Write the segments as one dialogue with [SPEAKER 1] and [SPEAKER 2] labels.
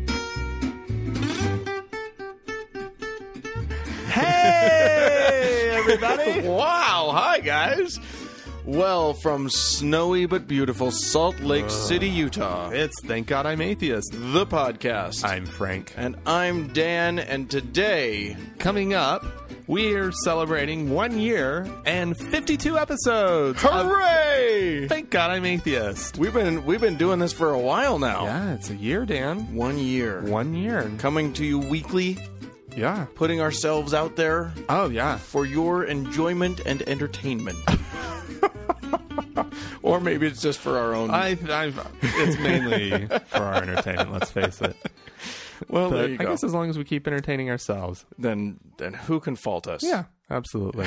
[SPEAKER 1] Hey, everybody!
[SPEAKER 2] Wow. Hi, guys. Well, from snowy but beautiful Salt Lake City,
[SPEAKER 1] Uh.
[SPEAKER 2] Utah,
[SPEAKER 1] it's Thank God I'm Atheist.
[SPEAKER 2] the podcast.
[SPEAKER 1] I'm Frank.
[SPEAKER 2] and I'm Dan, and today,
[SPEAKER 1] Coming up, we're celebrating one year and 52 episodes. of
[SPEAKER 2] hooray!
[SPEAKER 1] Thank God I'm Atheist.
[SPEAKER 2] We've been we've been doing this for a while now.
[SPEAKER 1] Yeah, it's a year, Dan.
[SPEAKER 2] One year.
[SPEAKER 1] One year.
[SPEAKER 2] Coming to you weekly,
[SPEAKER 1] Yeah.
[SPEAKER 2] putting ourselves out there
[SPEAKER 1] Oh, yeah.
[SPEAKER 2] for your enjoyment and entertainment. or maybe it's just for our own.
[SPEAKER 1] I, I, it's mainly for our entertainment. Let's face it.
[SPEAKER 2] well, there
[SPEAKER 1] But
[SPEAKER 2] you
[SPEAKER 1] I
[SPEAKER 2] go.
[SPEAKER 1] guess as long as we keep entertaining ourselves.
[SPEAKER 2] then then who can fault us?
[SPEAKER 1] Yeah, absolutely.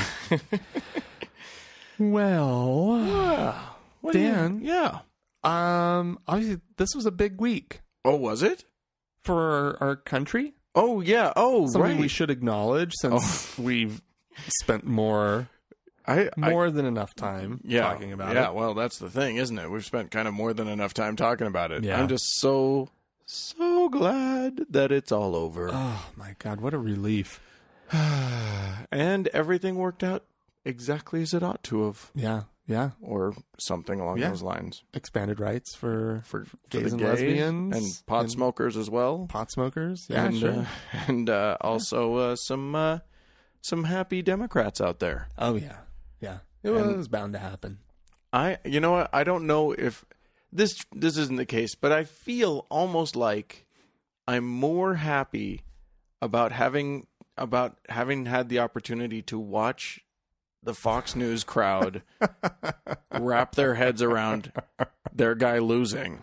[SPEAKER 1] well,
[SPEAKER 2] What do you-
[SPEAKER 1] Dan.
[SPEAKER 2] Yeah.
[SPEAKER 1] um, obviously this was a big week
[SPEAKER 2] Oh, was it?
[SPEAKER 1] for our country.
[SPEAKER 2] Oh yeah. Oh
[SPEAKER 1] Something
[SPEAKER 2] right.
[SPEAKER 1] we should acknowledge since we've spent more
[SPEAKER 2] I, I-
[SPEAKER 1] more than enough time
[SPEAKER 2] yeah,
[SPEAKER 1] talking about
[SPEAKER 2] yeah,
[SPEAKER 1] it.
[SPEAKER 2] well, that's the thing, isn't it? We've spent kind of more than enough time talking about it.
[SPEAKER 1] Yeah.
[SPEAKER 2] I'm just so so glad that it's all over
[SPEAKER 1] Oh my god, what a relief!
[SPEAKER 2] and everything worked out exactly as it ought to have,
[SPEAKER 1] Yeah, yeah.
[SPEAKER 2] or something along
[SPEAKER 1] Yeah.
[SPEAKER 2] those lines
[SPEAKER 1] Expanded rights for
[SPEAKER 2] for, for
[SPEAKER 1] gays
[SPEAKER 2] the
[SPEAKER 1] and
[SPEAKER 2] gay
[SPEAKER 1] lesbians
[SPEAKER 2] and pot
[SPEAKER 1] and-
[SPEAKER 2] smokers as well.
[SPEAKER 1] pot smokers. Yeah,
[SPEAKER 2] and
[SPEAKER 1] sure.
[SPEAKER 2] uh, and uh, also uh, some uh, some happy Democrats out there.
[SPEAKER 1] oh yeah, yeah. It was bound to happen.
[SPEAKER 2] I you know what I don't know if this this isn't the case, but I feel almost like I'm more happy about having about having had the opportunity to watch the Fox News crowd wrap their heads around their guy losing.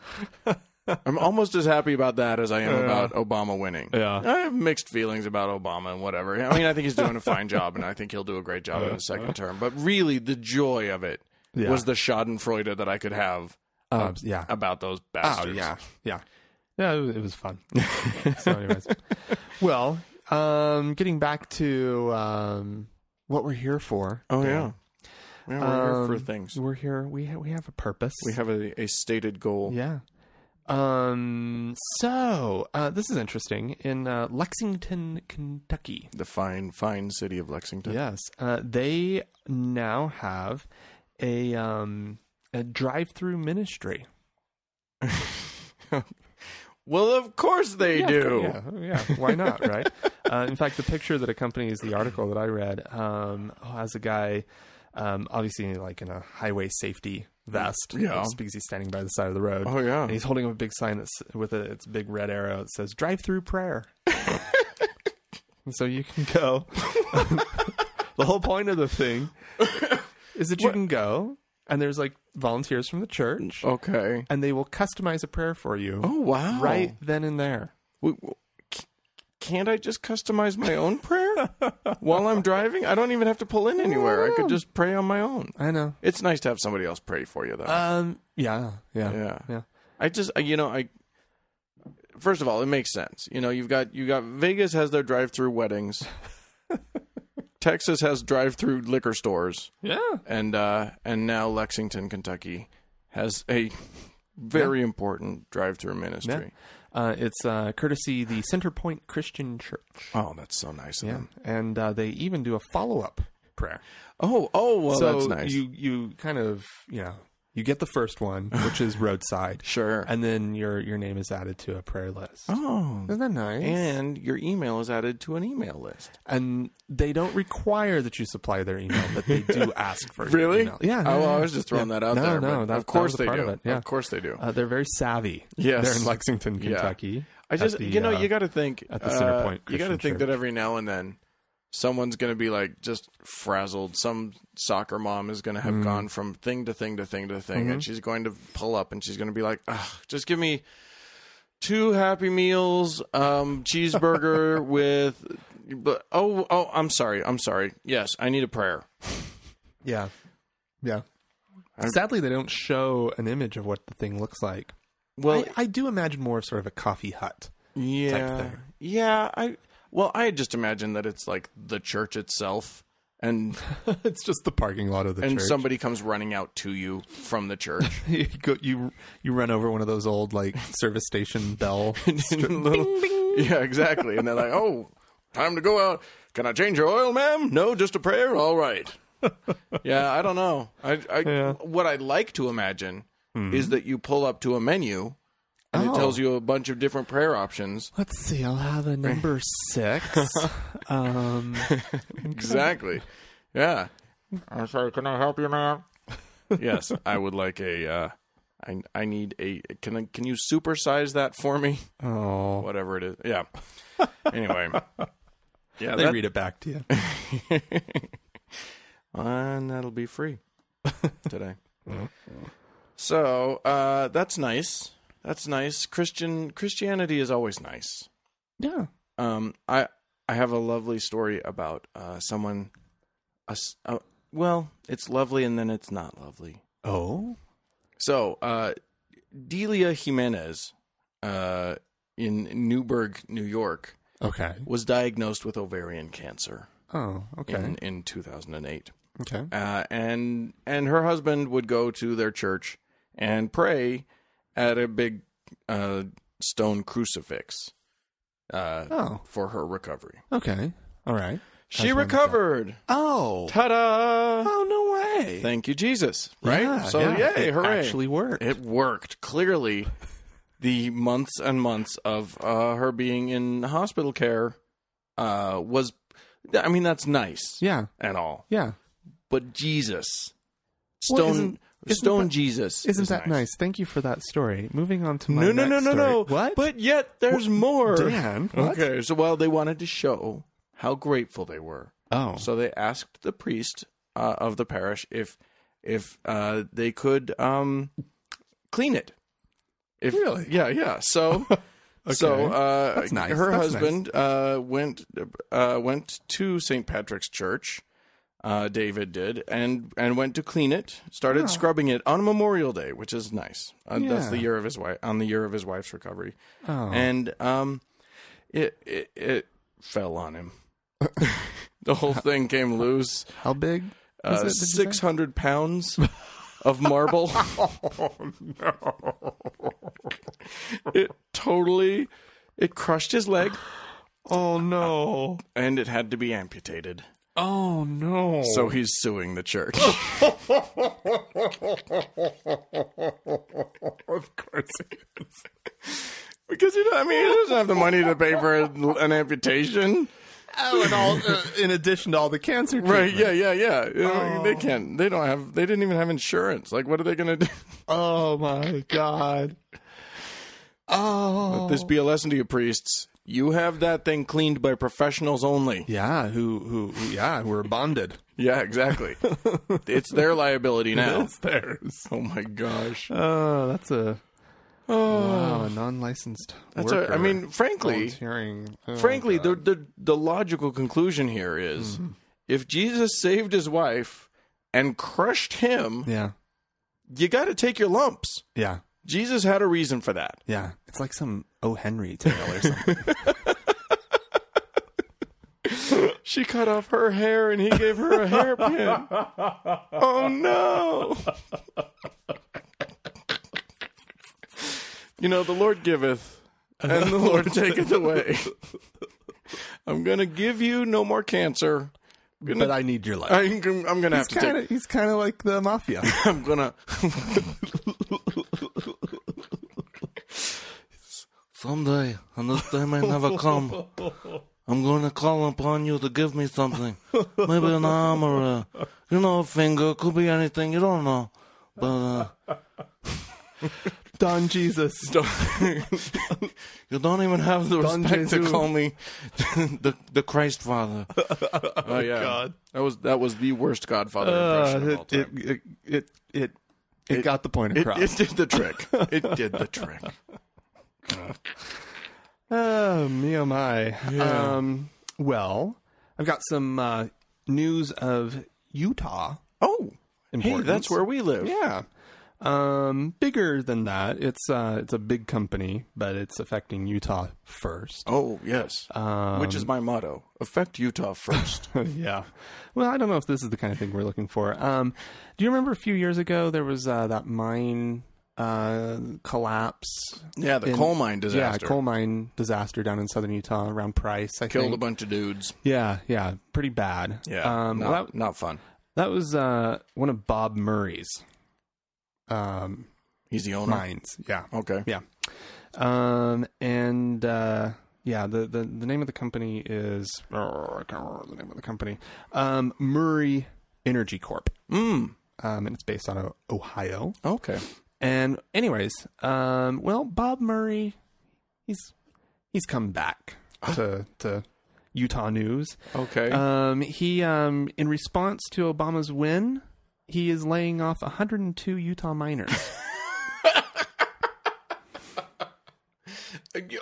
[SPEAKER 2] I'm almost as happy about that as I am about Obama winning.
[SPEAKER 1] Yeah.
[SPEAKER 2] I have mixed feelings about Obama and whatever. I mean, I think he's doing a fine job, and I think he'll do a great job in his second term. But really, the joy of it
[SPEAKER 1] Yeah.
[SPEAKER 2] was the Schadenfreude that I could have
[SPEAKER 1] Um, yeah.
[SPEAKER 2] about those
[SPEAKER 1] Oh
[SPEAKER 2] bastards.
[SPEAKER 1] yeah, yeah, yeah. It was, it was fun. so, anyways, well, um, getting back to um, what we're here for.
[SPEAKER 2] Oh yeah.
[SPEAKER 1] Dan.
[SPEAKER 2] Yeah, we're here for
[SPEAKER 1] Um,
[SPEAKER 2] things.
[SPEAKER 1] We're here. We ha- we have a purpose.
[SPEAKER 2] We have a, a stated goal.
[SPEAKER 1] yeah. Um. So uh, this is interesting. In uh, Lexington, Kentucky,
[SPEAKER 2] The fine, fine city of Lexington.
[SPEAKER 1] Yes, uh, they now have a um, a drive-through ministry.
[SPEAKER 2] Well, of course they do.
[SPEAKER 1] Yeah, yeah. Why not? Right. uh, in fact, the picture that accompanies the article that I read um, has a guy, um, obviously like in a highway safety vest.
[SPEAKER 2] Yeah.
[SPEAKER 1] just because he's standing by the side of the road.
[SPEAKER 2] Oh, yeah.
[SPEAKER 1] And he's holding up a big sign that's with a, its big red arrow that says "Drive-through prayer." And so you can go. the whole point of the thing is that you can go, and there's like volunteers from the church,
[SPEAKER 2] Okay.
[SPEAKER 1] and they will customize a prayer for you.
[SPEAKER 2] Oh wow.
[SPEAKER 1] Right then and there.
[SPEAKER 2] W- w- c- Can't I just customize my own prayer while I'm driving? I don't even have to pull in anywhere. I could just pray on my own.
[SPEAKER 1] I know.
[SPEAKER 2] It's nice to have somebody else pray for you, though.
[SPEAKER 1] Um. Yeah. Yeah.
[SPEAKER 2] Yeah.
[SPEAKER 1] Yeah.
[SPEAKER 2] I just, I- you know, I. First of all, it makes sense. You know, you've got you got Vegas has their drive-through weddings. Texas has drive-through liquor stores,
[SPEAKER 1] Yeah.
[SPEAKER 2] and uh, and now Lexington, Kentucky, has a very important drive-through ministry.
[SPEAKER 1] Uh, it's uh, courtesy the Centerpoint Christian Church.
[SPEAKER 2] Oh, that's so nice of
[SPEAKER 1] Yeah.
[SPEAKER 2] them.
[SPEAKER 1] And uh, they even do a follow up prayer.
[SPEAKER 2] Oh, oh, well,
[SPEAKER 1] so
[SPEAKER 2] that's nice.
[SPEAKER 1] you you kind of you know you get the first one, which is roadside,
[SPEAKER 2] sure.
[SPEAKER 1] and then your your name is added to a prayer list.
[SPEAKER 2] oh,
[SPEAKER 1] Isn't that nice?
[SPEAKER 2] and your email is added to an email list.
[SPEAKER 1] and they don't require that you supply their email, but they do ask for your
[SPEAKER 2] Really?
[SPEAKER 1] email. Yeah.
[SPEAKER 2] Oh,
[SPEAKER 1] yeah,
[SPEAKER 2] well, I
[SPEAKER 1] yeah.
[SPEAKER 2] was just throwing
[SPEAKER 1] Yeah.
[SPEAKER 2] that out
[SPEAKER 1] no,
[SPEAKER 2] there.
[SPEAKER 1] No,
[SPEAKER 2] but
[SPEAKER 1] that,
[SPEAKER 2] of course
[SPEAKER 1] that was a
[SPEAKER 2] they
[SPEAKER 1] part
[SPEAKER 2] do.
[SPEAKER 1] Of, it, yeah.
[SPEAKER 2] Of course they do.
[SPEAKER 1] Uh, they're very savvy.
[SPEAKER 2] Yes.
[SPEAKER 1] They're in Lexington,
[SPEAKER 2] Yeah.
[SPEAKER 1] Kentucky.
[SPEAKER 2] I just,
[SPEAKER 1] at the,
[SPEAKER 2] you know,
[SPEAKER 1] uh,
[SPEAKER 2] you got to think uh,
[SPEAKER 1] at the Center Point
[SPEAKER 2] You got to
[SPEAKER 1] Christian
[SPEAKER 2] think that
[SPEAKER 1] Church.
[SPEAKER 2] every now and then, someone's going to be like just frazzled. Some soccer mom is going to have
[SPEAKER 1] Mm-hmm.
[SPEAKER 2] gone from thing to thing to thing to thing, and she's going to pull up and she's going to be like, Ugh, "Just give me two Happy Meals, um, cheeseburger with." But oh, oh, I'm sorry, I'm sorry. Yes, I need a prayer.
[SPEAKER 1] Yeah. Yeah. Sadly, they don't show an image of what the thing looks like.
[SPEAKER 2] Well, Mm.
[SPEAKER 1] I, I do imagine more of sort of a coffee hut.
[SPEAKER 2] yeah,
[SPEAKER 1] thing.
[SPEAKER 2] yeah. I well, I just imagine that it's like the church itself, and
[SPEAKER 1] it's just the parking lot of the
[SPEAKER 2] and
[SPEAKER 1] church.
[SPEAKER 2] somebody comes running out to you from the church.
[SPEAKER 1] you, go, you you run over one of those old like service station bell.
[SPEAKER 2] Little- Yeah, exactly. And they're like, "Oh, time to go out. Can I change your oil, ma'am? No, just a prayer. All right." yeah, I don't know. I, I what I'd like to imagine is that you pull up to a menu and it
[SPEAKER 1] Oh.
[SPEAKER 2] tells you a bunch of different prayer options.
[SPEAKER 1] Let's see. I'll have a number six. um,
[SPEAKER 2] Exactly. Yeah. I'm sorry. Can I help you, ma'am? yes, I would like a. Uh, I I need a. Can I, can you supersize that for me?
[SPEAKER 1] oh,
[SPEAKER 2] Whatever it is. Yeah. Anyway. Yeah,
[SPEAKER 1] they
[SPEAKER 2] that-
[SPEAKER 1] read it back to you.
[SPEAKER 2] and that'll be free today. so uh, that's nice. That's nice. Christian Christianity is always nice.
[SPEAKER 1] yeah.
[SPEAKER 2] Um, I I have a lovely story about uh, someone. a s- uh, well, it's lovely and then it's not lovely.
[SPEAKER 1] Oh.
[SPEAKER 2] So uh, Delia Jimenez uh, in Newburgh, New York,
[SPEAKER 1] Okay.
[SPEAKER 2] was diagnosed with ovarian cancer
[SPEAKER 1] Oh. Okay.
[SPEAKER 2] in, in 2008.
[SPEAKER 1] okay.
[SPEAKER 2] uh, and and her husband would go to their church and pray at a big uh, stone crucifix uh,
[SPEAKER 1] Oh.
[SPEAKER 2] for her recovery.
[SPEAKER 1] Okay. All right.
[SPEAKER 2] She recovered.
[SPEAKER 1] Oh.
[SPEAKER 2] Ta-da!
[SPEAKER 1] Oh no way.
[SPEAKER 2] Thank you, Jesus. Right?
[SPEAKER 1] Yeah,
[SPEAKER 2] so
[SPEAKER 1] yeah.
[SPEAKER 2] yay,
[SPEAKER 1] It
[SPEAKER 2] hooray!
[SPEAKER 1] actually worked.
[SPEAKER 2] It worked. Clearly, the months and months of uh, her being in hospital care uh, was. I mean, that's nice
[SPEAKER 1] yeah.
[SPEAKER 2] and all,
[SPEAKER 1] Yeah.
[SPEAKER 2] but Jesus,
[SPEAKER 1] Well,
[SPEAKER 2] stone,
[SPEAKER 1] isn't- isn't
[SPEAKER 2] stone
[SPEAKER 1] that-
[SPEAKER 2] Jesus,
[SPEAKER 1] Isn't
[SPEAKER 2] is
[SPEAKER 1] that nice. Thank you for that story. Moving on to my
[SPEAKER 2] No, no, no,
[SPEAKER 1] next
[SPEAKER 2] no,
[SPEAKER 1] story.
[SPEAKER 2] no.
[SPEAKER 1] What?
[SPEAKER 2] But yet there's more.
[SPEAKER 1] Dan, what?
[SPEAKER 2] Okay, so well, they wanted to show how grateful they were,
[SPEAKER 1] oh,
[SPEAKER 2] so they asked the priest uh, of the parish if if uh, they could um, clean it. If,
[SPEAKER 1] Really?
[SPEAKER 2] Yeah, yeah. So. So
[SPEAKER 1] Okay.
[SPEAKER 2] uh,
[SPEAKER 1] That's nice.
[SPEAKER 2] her
[SPEAKER 1] That's nice.
[SPEAKER 2] husband uh, went uh, went to St. Patrick's Church. Uh, David did, and and went to clean it. Started scrubbing it on Memorial Day, which is nice. Uh, That's
[SPEAKER 1] Oh. Yeah. Oh.
[SPEAKER 2] the year of his wife on the year of his wife's recovery, and um, it, it it fell on him. the whole thing came loose.
[SPEAKER 1] how big? was it,
[SPEAKER 2] Uh,
[SPEAKER 1] did you say?
[SPEAKER 2] Six hundred pounds of marble.
[SPEAKER 1] Oh,
[SPEAKER 2] it totally it crushed his leg,
[SPEAKER 1] Oh no!
[SPEAKER 2] and it had to be amputated.
[SPEAKER 1] Oh no!
[SPEAKER 2] So he's suing the church.
[SPEAKER 1] of course,
[SPEAKER 2] Because you know, I mean, he doesn't have the money to pay for an amputation,
[SPEAKER 1] oh, and all uh, in addition to all the cancer,
[SPEAKER 2] right?
[SPEAKER 1] treatment.
[SPEAKER 2] Yeah, yeah, yeah. You know, They can't. They don't have. They didn't even have insurance. Like, what are they going to do?
[SPEAKER 1] Oh my god! Oh,
[SPEAKER 2] This be a lesson to you, priests. You have that thing cleaned by professionals only.
[SPEAKER 1] yeah. Who, who? who- Yeah, we're bonded.
[SPEAKER 2] Yeah, exactly. it's their liability now.
[SPEAKER 1] It's theirs.
[SPEAKER 2] Oh my gosh.
[SPEAKER 1] Oh, that's a wow, a non-licensed.
[SPEAKER 2] Oh. That's a, I
[SPEAKER 1] worker
[SPEAKER 2] mean, frankly,
[SPEAKER 1] volunteering. Oh,
[SPEAKER 2] frankly, the, the the logical conclusion here is if Jesus saved his wife and crushed him,
[SPEAKER 1] yeah,
[SPEAKER 2] you got to take your lumps.
[SPEAKER 1] yeah,
[SPEAKER 2] Jesus had a reason for that.
[SPEAKER 1] yeah. It's like some O. Henry tale or something.
[SPEAKER 2] She cut off her hair and he gave her a hairpin. oh no. you know, the Lord giveth and the Lord taketh away. I'm going to give you no more cancer. I'm gonna-
[SPEAKER 1] but I need your life.
[SPEAKER 2] I'm, gonna- I'm going to have to
[SPEAKER 1] he's kind
[SPEAKER 2] take.
[SPEAKER 1] of he's kind of like the mafia.
[SPEAKER 2] I'm going to.
[SPEAKER 3] Someday, and this day may never come, I'm going to call upon you to give me something. Maybe an arm or a, you know, a finger. Could be anything. You don't know. But uh,
[SPEAKER 1] Don Jesus.
[SPEAKER 3] Don't- you don't even have the
[SPEAKER 1] Don
[SPEAKER 3] respect to
[SPEAKER 1] Jesus.
[SPEAKER 3] call me the the Christ Father.
[SPEAKER 2] Oh yeah,
[SPEAKER 1] God.
[SPEAKER 2] that was that was the worst Godfather
[SPEAKER 1] Uh,
[SPEAKER 2] impression of all
[SPEAKER 1] it, it,
[SPEAKER 2] time.
[SPEAKER 1] it, it, it, it got the point
[SPEAKER 2] It,
[SPEAKER 1] across.
[SPEAKER 2] it did the trick. It did the trick.
[SPEAKER 1] Oh, me oh my. Um, well, I've got some uh, news of Utah.
[SPEAKER 2] Oh, hey,
[SPEAKER 1] Importance.
[SPEAKER 2] that's where we live.
[SPEAKER 1] Yeah. Um, bigger than that, it's uh, it's a big company, but it's affecting Utah first.
[SPEAKER 2] Oh yes, which
[SPEAKER 1] Um,
[SPEAKER 2] is my motto: affect Utah first.
[SPEAKER 1] yeah. Well, I don't know if this is the kind of thing we're looking for. Um, do you remember a few years ago there was uh, that mine uh, collapse?
[SPEAKER 2] Yeah, the
[SPEAKER 1] in-
[SPEAKER 2] coal mine disaster
[SPEAKER 1] Yeah, coal mine disaster down in southern Utah around Price. I
[SPEAKER 2] killed
[SPEAKER 1] think.
[SPEAKER 2] a bunch of dudes.
[SPEAKER 1] Yeah, yeah, pretty bad. um,
[SPEAKER 2] not,
[SPEAKER 1] well, that,
[SPEAKER 2] not fun.
[SPEAKER 1] that was uh, one of Bob Murray's um,
[SPEAKER 2] He's the owner.
[SPEAKER 1] mines. Yeah,
[SPEAKER 2] Okay.
[SPEAKER 1] yeah, um, and uh, yeah, the, the the name of the company is oh, I can't remember the name of the company, um, Murray Energy Corp,
[SPEAKER 2] Mm.
[SPEAKER 1] um, and it's based out of Ohio.
[SPEAKER 2] Okay.
[SPEAKER 1] And anyways, um, well, Bob Murray, he's he's come back to to Utah news.
[SPEAKER 2] Okay.
[SPEAKER 1] Um, he, um, in response to Obama's win, he is laying off 102 Utah miners.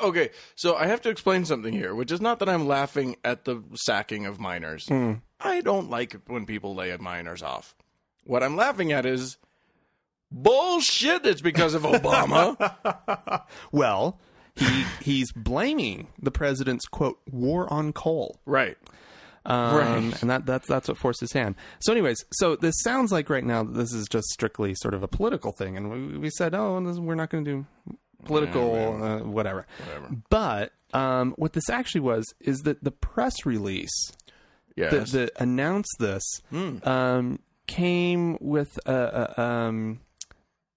[SPEAKER 2] Okay, so I have to explain something here, which is not that I'm laughing at the sacking of miners.
[SPEAKER 1] Hmm.
[SPEAKER 2] I don't like it when people lay miners off. What I'm laughing at is bullshit. It's because of Obama.
[SPEAKER 1] well, he he's blaming the president's quote war on coal,
[SPEAKER 2] right.
[SPEAKER 1] um,
[SPEAKER 2] Right.
[SPEAKER 1] and that that's that's what forced his hand. So, anyways, so this sounds like right now that this is just strictly sort of a political thing, and we, we said, oh, this, we're not going to do political uh, whatever. But um, what this actually was is that the press release that,
[SPEAKER 2] Yes. Hmm.
[SPEAKER 1] that announced this um, came with a, a, um,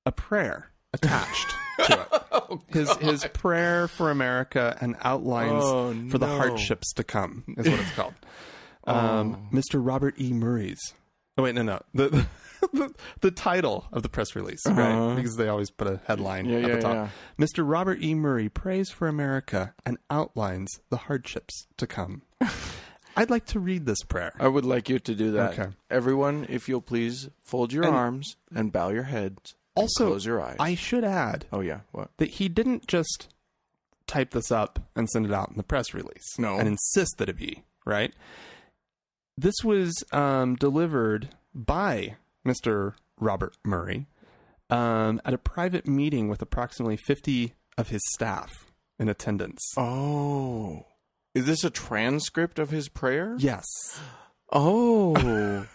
[SPEAKER 1] a prayer attached to it.
[SPEAKER 2] Oh,
[SPEAKER 1] his his prayer for America and outlines
[SPEAKER 2] Oh,
[SPEAKER 1] for the
[SPEAKER 2] no. Oh.
[SPEAKER 1] hardships to come is what it's called. Um, Mr. Robert E. Murray's. Oh wait, no, no. The the, the title of the press release, right? Because they always put a headline at
[SPEAKER 2] Uh-huh. yeah,
[SPEAKER 1] the top.
[SPEAKER 2] yeah.
[SPEAKER 1] Mr. Robert E. Murray prays for America and outlines the hardships to come. I'd like to read this prayer.
[SPEAKER 2] I would like you to do that.
[SPEAKER 1] Okay.
[SPEAKER 2] Everyone, if you'll please fold your
[SPEAKER 1] And-
[SPEAKER 2] arms and bow your heads. and
[SPEAKER 1] Also,
[SPEAKER 2] close your eyes.
[SPEAKER 1] I should add
[SPEAKER 2] oh, yeah. What?
[SPEAKER 1] that he didn't just type this up and send it out in the press release.
[SPEAKER 2] No.
[SPEAKER 1] And insist that it be, right? This was um, delivered by Mr. Robert Murray um, at a private meeting with approximately 50 of his staff in attendance.
[SPEAKER 2] Oh. Is this a transcript of his prayer?
[SPEAKER 1] Yes.
[SPEAKER 2] Oh.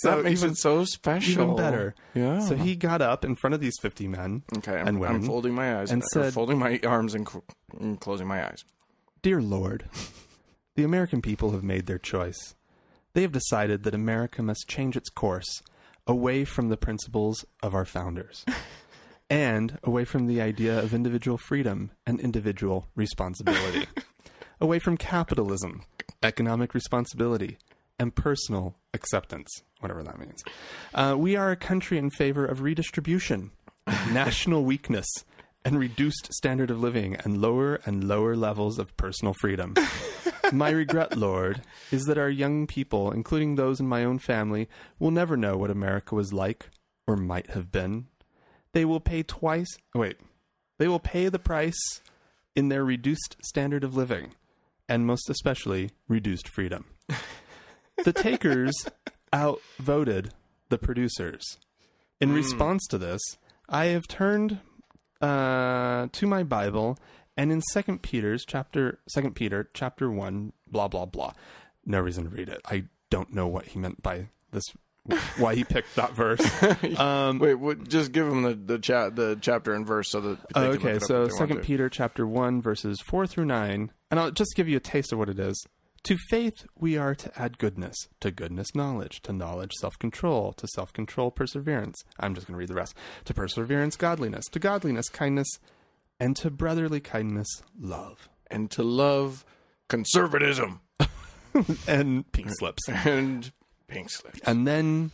[SPEAKER 1] So
[SPEAKER 2] that makes
[SPEAKER 1] even-
[SPEAKER 2] it so special.
[SPEAKER 1] Even better.
[SPEAKER 2] Yeah.
[SPEAKER 1] So he got up in front of these 50 men
[SPEAKER 2] Okay, I'm,
[SPEAKER 1] and women
[SPEAKER 2] I'm folding my eyes
[SPEAKER 1] and
[SPEAKER 2] and
[SPEAKER 1] said-
[SPEAKER 2] folding my arms and, cl- and closing my eyes.
[SPEAKER 1] Dear Lord, the American people have made their choice. They have decided that America must change its course away from the principles of our founders and away from the idea of individual freedom and individual responsibility, away from capitalism, economic responsibility, and personal acceptance, whatever that means. Uh, we are a country in favor of redistribution, national weakness, and reduced standard of living, and lower and lower levels of personal freedom. My regret, Lord, is that our young people, including those in my own family, will never know what America was like or might have been. They will pay twice. Wait. They will pay the price in their reduced standard of living and most especially reduced freedom. The takers outvoted the producers. In response to this, I have turned uh, to my Bible and in Second Peter's chapter, Second Peter chapter one, blah blah blah. No reason to read it. I don't know what he meant by this. Why he picked that verse? Um,
[SPEAKER 2] Wait, what, just give them the the, cha- the chapter and verse so that they can look it
[SPEAKER 1] Oh, okay,
[SPEAKER 2] up if
[SPEAKER 1] so
[SPEAKER 2] they want
[SPEAKER 1] Second
[SPEAKER 2] to.
[SPEAKER 1] Peter chapter one verses four through nine, and I'll just give you a taste of what it is. To faith we are to add goodness, to goodness knowledge, to knowledge self control, to self control perseverance. I'm just going to read the rest. To perseverance godliness, to godliness kindness, and to brotherly kindness love
[SPEAKER 2] and to love conservatism
[SPEAKER 1] and pink slips.
[SPEAKER 2] and pink slip.
[SPEAKER 1] And then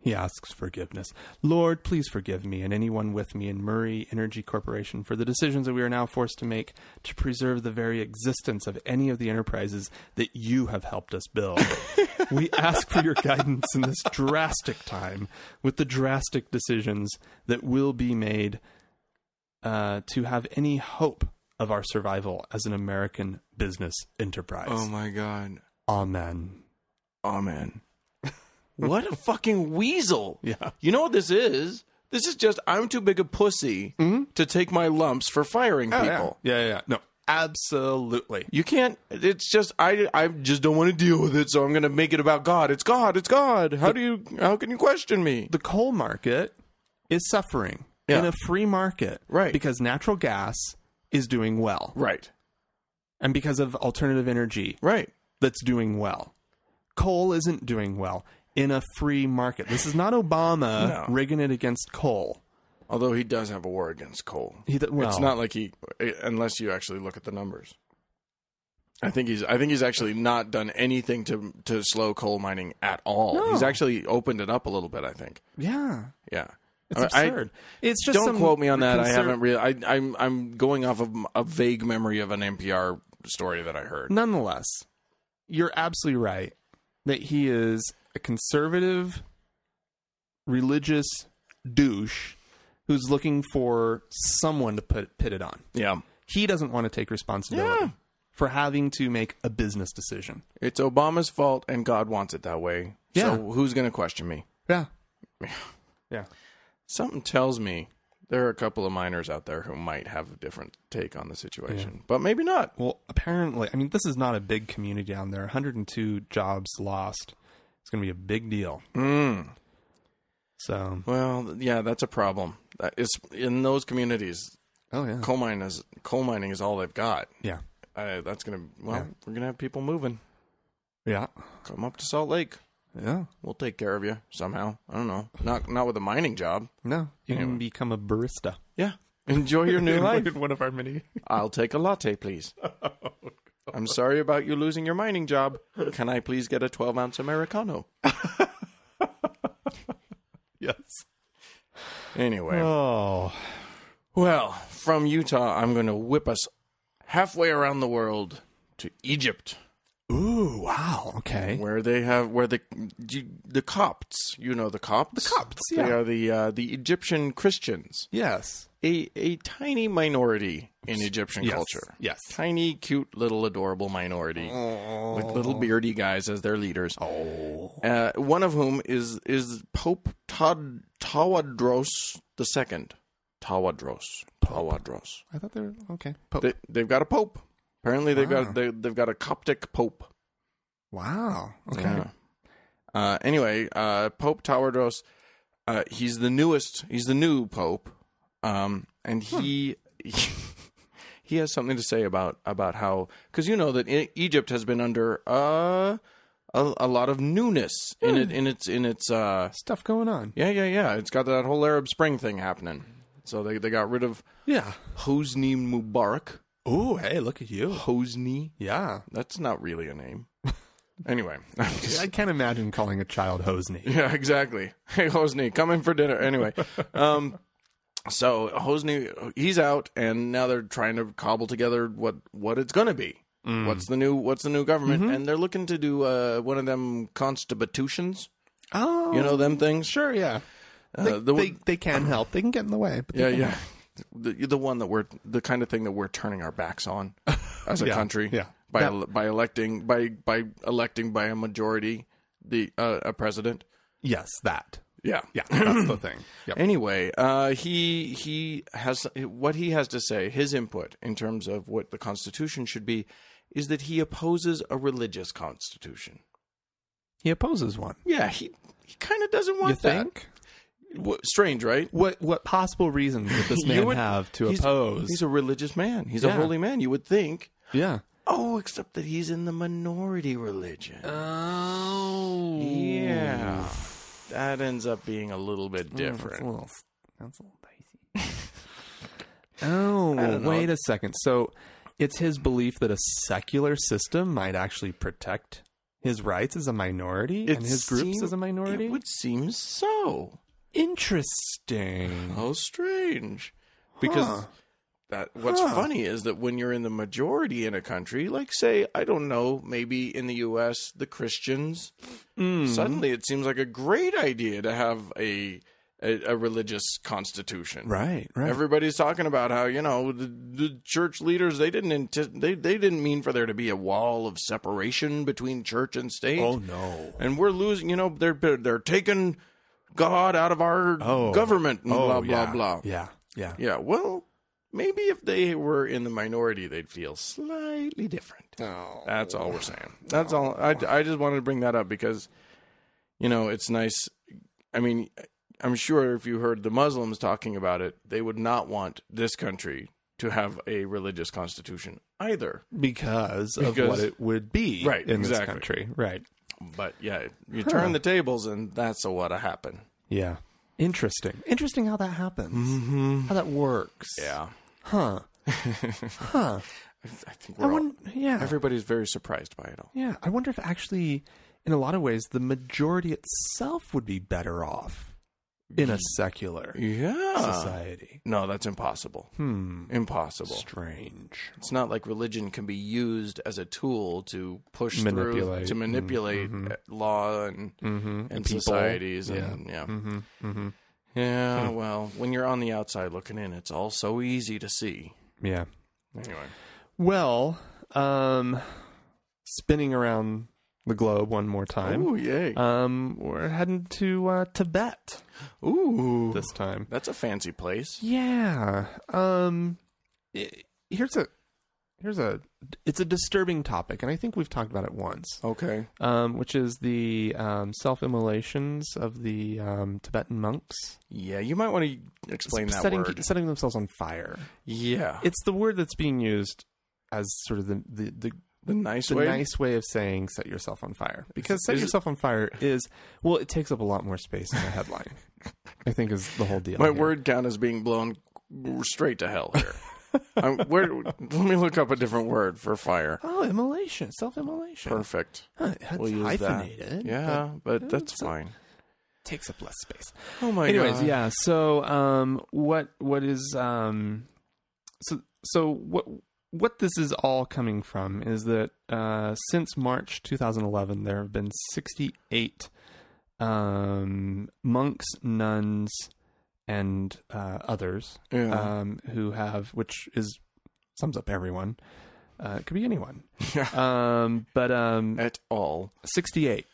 [SPEAKER 1] He asks forgiveness. Lord, please forgive me and anyone with me in Murray Energy Corporation for the decisions that we are now forced to make to preserve the very existence of any of the enterprises that you have helped us build. we ask for your guidance in this drastic time with the drastic decisions that will be made uh, to have any hope of our survival as an American business enterprise.
[SPEAKER 2] Oh my god.
[SPEAKER 1] Amen.
[SPEAKER 2] Amen. what a fucking weasel.
[SPEAKER 1] Yeah.
[SPEAKER 2] You know what this is? This is just I'm too big a pussy to take my lumps for firing people.
[SPEAKER 1] Oh, Yeah, yeah, yeah. No, absolutely.
[SPEAKER 2] You can't. It's just I. I just don't want to deal with it. So I'm going to make it about God. It's God. It's God. How do you? How can you question me?
[SPEAKER 1] The coal market is suffering
[SPEAKER 2] Yeah.
[SPEAKER 1] in a free market,
[SPEAKER 2] Right.
[SPEAKER 1] Because natural gas is doing well,
[SPEAKER 2] Right.
[SPEAKER 1] and because of alternative energy
[SPEAKER 2] Right.
[SPEAKER 1] that's doing well. Coal isn't doing well in a free market. This is not Obama
[SPEAKER 2] No.
[SPEAKER 1] rigging it against coal.
[SPEAKER 2] Although he does have a war against coal.
[SPEAKER 1] He th- well,
[SPEAKER 2] it's not like he, unless you actually look at the numbers. I think he's. I think he's actually not done anything to to slow coal mining at all.
[SPEAKER 1] No.
[SPEAKER 2] He's actually opened it up a little bit. I think.
[SPEAKER 1] yeah,
[SPEAKER 2] Yeah.
[SPEAKER 1] it's
[SPEAKER 2] I- I-
[SPEAKER 1] absurd. it's just
[SPEAKER 2] don't
[SPEAKER 1] some
[SPEAKER 2] quote me on that. I
[SPEAKER 1] conser-
[SPEAKER 2] haven't really. I, I'm I'm going off of a vague memory of an NPR story that I heard.
[SPEAKER 1] nonetheless, you're absolutely right that he is a conservative, religious douche who's looking for someone to put pit it on.
[SPEAKER 2] Yeah.
[SPEAKER 1] He doesn't want to take responsibility
[SPEAKER 2] Yeah.
[SPEAKER 1] for having to make a business decision.
[SPEAKER 2] It's Obama's fault, and God wants it that way.
[SPEAKER 1] Yeah.
[SPEAKER 2] So who's going to question me?
[SPEAKER 1] Yeah. Yeah.
[SPEAKER 2] Something tells me there are a couple of miners out there who might have a different take on the situation, but maybe not.
[SPEAKER 1] Well, apparently, I mean, this is not a big community down there. 102 jobs lost. It's going to be a big deal. So,
[SPEAKER 2] Well, th- yeah, that's a problem. That is in those communities,
[SPEAKER 1] oh yeah,
[SPEAKER 2] coal mine is coal mining is all they've got.
[SPEAKER 1] yeah,
[SPEAKER 2] Uh, that's going to well,
[SPEAKER 1] Yeah.
[SPEAKER 2] we're going to have people moving.
[SPEAKER 1] yeah,
[SPEAKER 2] Come up to Salt Lake.
[SPEAKER 1] yeah.
[SPEAKER 2] We'll take care of you somehow. I don't know. Not not with a mining job.
[SPEAKER 1] No, you
[SPEAKER 2] Anyway.
[SPEAKER 1] can become a barista.
[SPEAKER 2] Yeah. Enjoy your new life.
[SPEAKER 1] one of our many.
[SPEAKER 2] I'll take a latte, please.
[SPEAKER 1] Oh,
[SPEAKER 2] I'm sorry about you losing your mining job. Can I please get a 12 ounce Americano?
[SPEAKER 1] Yes.
[SPEAKER 2] Anyway,
[SPEAKER 1] Oh,
[SPEAKER 2] well, from Utah, I'm going to whip us halfway around the world to Egypt,
[SPEAKER 1] ooh, wow. Okay.
[SPEAKER 2] where they have where the the Copts, you know the Copts, the
[SPEAKER 1] Copts,
[SPEAKER 2] they
[SPEAKER 1] yeah.
[SPEAKER 2] are the uh, the Egyptian Christians,
[SPEAKER 1] Yes.
[SPEAKER 2] a a tiny minority in Egyptian
[SPEAKER 1] Yes,
[SPEAKER 2] culture,
[SPEAKER 1] yes.
[SPEAKER 2] tiny, cute, little, adorable minority. with little beardy guys as their leaders. Oh, uh, one of whom is is Pope Tad, Tawadros the second. Tawadros, Tawadros.
[SPEAKER 1] I thought they were okay. Pope.
[SPEAKER 2] They, they've got a pope. Apparently, they've
[SPEAKER 1] Wow.
[SPEAKER 2] got they, they've got a Coptic pope.
[SPEAKER 1] wow. Okay.
[SPEAKER 2] Yeah. Uh, anyway, uh, Pope Tawadros, uh, he's the newest. He's the new pope, um, and he. He has something to say about about how because you know that E- Egypt has been under uh, a a lot of newness in
[SPEAKER 1] Hmm.
[SPEAKER 2] it in its in its uh,
[SPEAKER 1] Stuff going on.
[SPEAKER 2] yeah yeah yeah it's got that whole Arab Spring thing happening so they, they got rid of
[SPEAKER 1] Yeah.
[SPEAKER 2] Hosni Mubarak
[SPEAKER 1] Ooh, hey, look at you.
[SPEAKER 2] Hosni
[SPEAKER 1] Yeah.
[SPEAKER 2] that's not really a name anyway I'm just-
[SPEAKER 1] I can't imagine calling a child Hosni.
[SPEAKER 2] Yeah, exactly. Hey, Hosni, come in for dinner. Anyway, um, so Hosni, he's out, and now they're trying to cobble together what what it's going to be.
[SPEAKER 1] Mm.
[SPEAKER 2] What's the new What's the new government?
[SPEAKER 1] Mm-hmm.
[SPEAKER 2] And they're looking to do uh, one of them constitutions.
[SPEAKER 1] Oh,
[SPEAKER 2] You know them things.
[SPEAKER 1] sure, yeah. They,
[SPEAKER 2] Uh, the
[SPEAKER 1] they,
[SPEAKER 2] one-
[SPEAKER 1] they can help. They can get in the way. But they
[SPEAKER 2] yeah,
[SPEAKER 1] can
[SPEAKER 2] yeah.
[SPEAKER 1] help.
[SPEAKER 2] The, the one that we're the kind of thing that we're turning our backs on as a
[SPEAKER 1] Yeah,
[SPEAKER 2] country.
[SPEAKER 1] yeah.
[SPEAKER 2] By
[SPEAKER 1] That-
[SPEAKER 2] ele- by electing by by electing by a majority the uh, a president.
[SPEAKER 1] Yes, that.
[SPEAKER 2] Yeah.
[SPEAKER 1] Yeah, that's the thing. Yep.
[SPEAKER 2] Anyway, uh, he he has what he has to say. His input in terms of what the Constitution should be is that he opposes a religious constitution.
[SPEAKER 1] he opposes one.
[SPEAKER 2] Yeah, he he kind of doesn't
[SPEAKER 1] You
[SPEAKER 2] want that.
[SPEAKER 1] think?
[SPEAKER 2] W- strange, right?
[SPEAKER 1] What what possible reasons would this
[SPEAKER 2] You
[SPEAKER 1] man
[SPEAKER 2] would-
[SPEAKER 1] have to
[SPEAKER 2] he's-
[SPEAKER 1] oppose?
[SPEAKER 2] He's a religious man. He's a
[SPEAKER 1] Yeah.
[SPEAKER 2] holy man. You would think.
[SPEAKER 1] yeah.
[SPEAKER 2] Oh, except that he's in the minority religion.
[SPEAKER 4] Oh.
[SPEAKER 2] yeah, that ends up being a little bit different.
[SPEAKER 1] that's a little dicey. oh,
[SPEAKER 2] don't know.
[SPEAKER 1] wait a second. So it's his belief that a secular system might actually protect his rights as a minority
[SPEAKER 2] It
[SPEAKER 1] and his groups
[SPEAKER 2] seem-
[SPEAKER 1] as a minority?
[SPEAKER 2] It would seem so.
[SPEAKER 1] Interesting.
[SPEAKER 2] How strange. Because
[SPEAKER 1] Huh.
[SPEAKER 2] that what's
[SPEAKER 1] Huh.
[SPEAKER 2] funny is that when you're in the majority in a country, like say, I don't know, maybe in the US, the Christians, Hmm. suddenly it seems like a great idea to have a a, a religious constitution.
[SPEAKER 1] Right, right.
[SPEAKER 2] Everybody's talking about how you know the, the church leaders they didn't anti- they they didn't mean for there to be a wall of separation between church and state.
[SPEAKER 1] oh no.
[SPEAKER 2] and we're losing. You know they're they're- they're taking God out of our
[SPEAKER 1] Oh.
[SPEAKER 2] government and
[SPEAKER 1] oh,
[SPEAKER 2] blah blah
[SPEAKER 1] yeah.
[SPEAKER 2] blah.
[SPEAKER 1] Yeah. Yeah.
[SPEAKER 2] Yeah, well, maybe if they were in the minority, they'd feel slightly different. That's all we're saying. That's all. I, I just wanted to bring that up because, you know, it's nice. I mean, I'm sure if you heard the Muslims talking about it, they would not want this country to have a religious constitution either.
[SPEAKER 1] Because, of
[SPEAKER 2] Because-
[SPEAKER 1] what it would be
[SPEAKER 2] Right,
[SPEAKER 1] in this
[SPEAKER 2] exactly.
[SPEAKER 1] country. Right.
[SPEAKER 2] But yeah, you turn the tables and that's what'll happen.
[SPEAKER 1] Yeah. Interesting. Interesting how that happens. How that works.
[SPEAKER 2] Mm-hmm. Yeah.
[SPEAKER 1] Huh. huh.
[SPEAKER 2] I think
[SPEAKER 1] I
[SPEAKER 2] we're all,
[SPEAKER 1] wonder, yeah.
[SPEAKER 2] everybody's very surprised by it all.
[SPEAKER 1] yeah. I wonder if actually, in a lot of ways, the majority itself would be better off in a secular
[SPEAKER 2] Yeah.
[SPEAKER 1] society.
[SPEAKER 2] No, that's impossible.
[SPEAKER 1] Hmm.
[SPEAKER 2] Impossible.
[SPEAKER 1] Strange.
[SPEAKER 2] It's not like religion can be used as a tool to push through
[SPEAKER 1] Manipulate.
[SPEAKER 2] to manipulate uh, law and and, societies and yeah. Yeah, well, when you're on the outside looking in, it's all so easy to see.
[SPEAKER 1] Yeah.
[SPEAKER 2] Anyway.
[SPEAKER 1] Well, um, spinning around the globe one more time.
[SPEAKER 2] Ooh, yay.
[SPEAKER 1] Um, we're heading to uh, Tibet
[SPEAKER 2] Ooh.
[SPEAKER 1] this time.
[SPEAKER 2] That's a fancy place.
[SPEAKER 1] Yeah. Um, i- here's a here's a it's a disturbing topic, and I think we've talked about it once.
[SPEAKER 2] Okay.
[SPEAKER 1] Um, which is the um, self immolations of the um, Tibetan monks
[SPEAKER 2] Yeah, you might want to explain that
[SPEAKER 1] setting
[SPEAKER 2] word.
[SPEAKER 1] setting themselves on fire.
[SPEAKER 2] Yeah.
[SPEAKER 1] It's the word that's being used as sort of the the, the
[SPEAKER 2] the nice
[SPEAKER 1] the
[SPEAKER 2] way.
[SPEAKER 1] nice way of saying set yourself on fire because set
[SPEAKER 2] is it-
[SPEAKER 1] yourself on fire is well it takes up a lot more space in the headline i think is the whole deal
[SPEAKER 2] My
[SPEAKER 1] here.
[SPEAKER 2] word count is being blown straight to hell here. I'm, where, let me look up a different word for fire.
[SPEAKER 1] oh immolation self-immolation
[SPEAKER 2] Perfect.
[SPEAKER 1] Huh, that's
[SPEAKER 2] We'll use
[SPEAKER 1] hyphenated
[SPEAKER 2] that. Yeah, but that's
[SPEAKER 1] so-
[SPEAKER 2] fine.
[SPEAKER 1] takes up less space
[SPEAKER 2] Oh my
[SPEAKER 1] anyways
[SPEAKER 2] God.
[SPEAKER 1] yeah so um what what is um so so what what this is all coming from is that uh since march 2011 there have been 68 um monks nuns and uh others
[SPEAKER 2] Yeah.
[SPEAKER 1] um who have which is sums up everyone uh it could be anyone
[SPEAKER 2] Yeah.
[SPEAKER 1] um but um
[SPEAKER 2] At all.
[SPEAKER 1] 68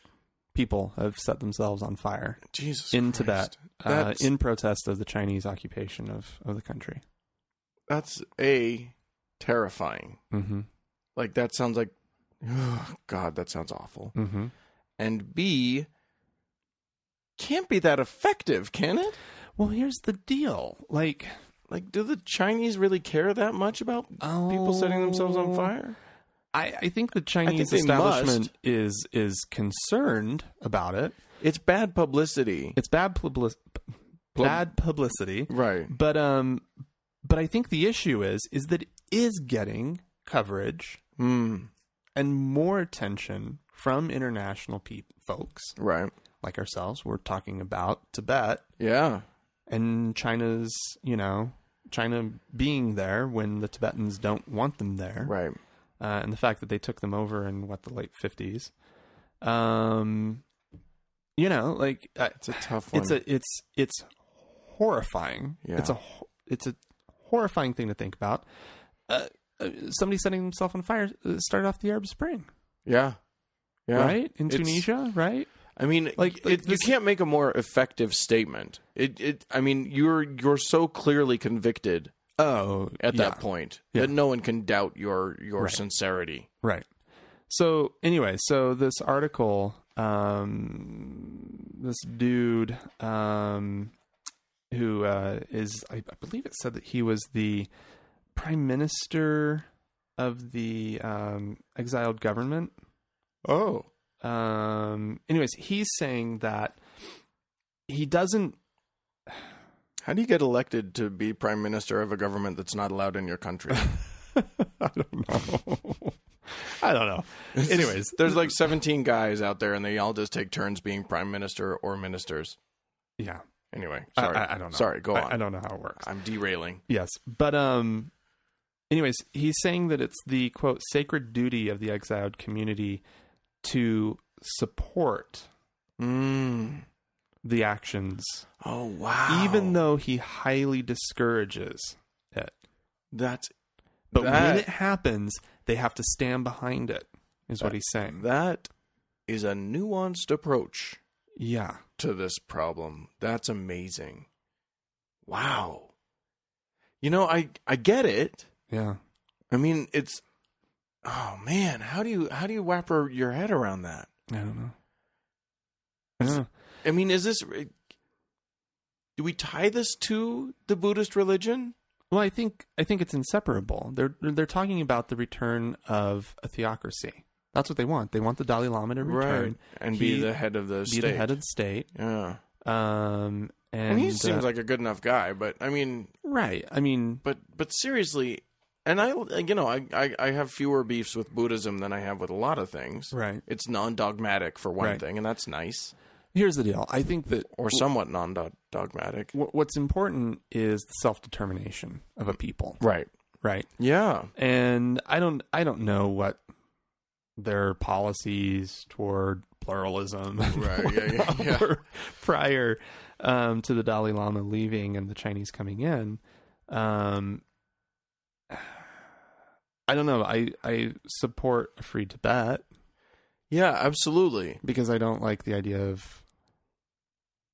[SPEAKER 1] people have set themselves on fire
[SPEAKER 2] Jesus.
[SPEAKER 1] in
[SPEAKER 2] Christ.
[SPEAKER 1] Tibet uh,
[SPEAKER 2] That's,
[SPEAKER 1] in protest of the Chinese occupation of, of the country.
[SPEAKER 2] that's a terrifying.
[SPEAKER 1] Mm-hmm.
[SPEAKER 2] Like that sounds like oh, God, that sounds awful.
[SPEAKER 1] Mm-hmm.
[SPEAKER 2] And B can't be that effective, can it?
[SPEAKER 1] Well, here's the deal. Like,
[SPEAKER 2] Like, do the Chinese really care that much about people setting themselves on
[SPEAKER 1] Oh.
[SPEAKER 2] fire?
[SPEAKER 1] I, I think the Chinese
[SPEAKER 2] they
[SPEAKER 1] establishment
[SPEAKER 2] must.
[SPEAKER 1] is is concerned about it.
[SPEAKER 2] It's bad publicity.
[SPEAKER 1] It's bad public, bad publicity,
[SPEAKER 2] right.
[SPEAKER 1] but um, but I think the issue is is that it is getting coverage
[SPEAKER 2] Mm,
[SPEAKER 1] and more attention from international peop folks
[SPEAKER 2] right.
[SPEAKER 1] like ourselves. We're talking about Tibet,
[SPEAKER 2] Yeah.
[SPEAKER 1] and China's, you know, China being there when the Tibetans don't want them there,
[SPEAKER 2] Right.
[SPEAKER 1] uh, and the fact that they took them over in what the late fifties, um, you know, like I,
[SPEAKER 2] It's a tough one.
[SPEAKER 1] it's a it's it's horrifying.
[SPEAKER 2] Yeah.
[SPEAKER 1] It's a ho- it's a horrifying thing to think about. Uh, uh, somebody setting themselves on fire uh, started off the Arab Spring,
[SPEAKER 2] yeah. Yeah.
[SPEAKER 1] right in
[SPEAKER 2] It's-
[SPEAKER 1] Tunisia, right?
[SPEAKER 2] I mean,
[SPEAKER 1] Like,
[SPEAKER 2] like
[SPEAKER 1] like
[SPEAKER 2] you
[SPEAKER 1] this-
[SPEAKER 2] can't make a more effective statement. It, it. I mean, you're you're so clearly convicted
[SPEAKER 1] Oh,
[SPEAKER 2] at that point that no one can doubt your your sincerity.
[SPEAKER 1] Right. So anyway, so this article, um, this dude, um, who uh, is, I, I believe it said that he was the prime minister of the um, exiled government.
[SPEAKER 2] Oh,
[SPEAKER 1] Um, anyways, he's saying that he doesn't.
[SPEAKER 2] how do you get elected to be prime minister of a government that's not allowed in your country?
[SPEAKER 1] I don't know. I don't know. Anyways,
[SPEAKER 2] There's like 17 guys out there, and they all just take turns being prime minister or ministers.
[SPEAKER 1] yeah.
[SPEAKER 2] Anyway,
[SPEAKER 1] I-
[SPEAKER 2] sorry.
[SPEAKER 1] I, I don't know.
[SPEAKER 2] Sorry, go
[SPEAKER 1] I-
[SPEAKER 2] on.
[SPEAKER 1] I don't know how it works.
[SPEAKER 2] I'm derailing.
[SPEAKER 1] Yes, but um, anyways, he's saying that it's the quote sacred duty of the exiled community to support
[SPEAKER 2] Mm.
[SPEAKER 1] the actions,
[SPEAKER 2] Oh wow!
[SPEAKER 1] even though he highly discourages it.
[SPEAKER 2] that's
[SPEAKER 1] But when
[SPEAKER 2] That-
[SPEAKER 1] it happens, they have to stand behind it. Is what he's saying.
[SPEAKER 2] that is a nuanced approach
[SPEAKER 1] yeah,
[SPEAKER 2] to this problem. That's amazing. Wow. You know, I I get it.
[SPEAKER 1] yeah.
[SPEAKER 2] I mean, it's oh man, how do you how do you wrap your- your head around that?
[SPEAKER 1] I don't know. I don't know.
[SPEAKER 2] I mean, is this eh, do we tie this to the Buddhist religion?
[SPEAKER 1] Well, I think I think it's inseparable. They're they're talking about the return of a theocracy. That's what they want. They want the Dalai Lama to return
[SPEAKER 2] and be
[SPEAKER 1] He-
[SPEAKER 2] the head of the
[SPEAKER 1] be
[SPEAKER 2] state.
[SPEAKER 1] the head of the state.
[SPEAKER 2] yeah.
[SPEAKER 1] Um, and,
[SPEAKER 2] And he
[SPEAKER 1] uh,
[SPEAKER 2] seems like a good enough guy, but I mean,
[SPEAKER 1] right. I mean,
[SPEAKER 2] but but seriously, and I you know I, I I have fewer beefs with Buddhism than I have with a lot of things.
[SPEAKER 1] Right.
[SPEAKER 2] It's non-dogmatic for one
[SPEAKER 1] Right.
[SPEAKER 2] thing, and that's nice,
[SPEAKER 1] here's the deal. I think that
[SPEAKER 2] or somewhat non-dogmatic.
[SPEAKER 1] w- what's important is the self determination of a people,
[SPEAKER 2] Right.
[SPEAKER 1] right?
[SPEAKER 2] Yeah.
[SPEAKER 1] And I don't, I don't know what their policies toward pluralism
[SPEAKER 2] Right, yeah, yeah, yeah.
[SPEAKER 1] were prior um, to the Dalai Lama leaving and the Chinese coming in. Um, I don't know. I I support a free Tibet.
[SPEAKER 2] Yeah. Absolutely.
[SPEAKER 1] because I don't like the idea of,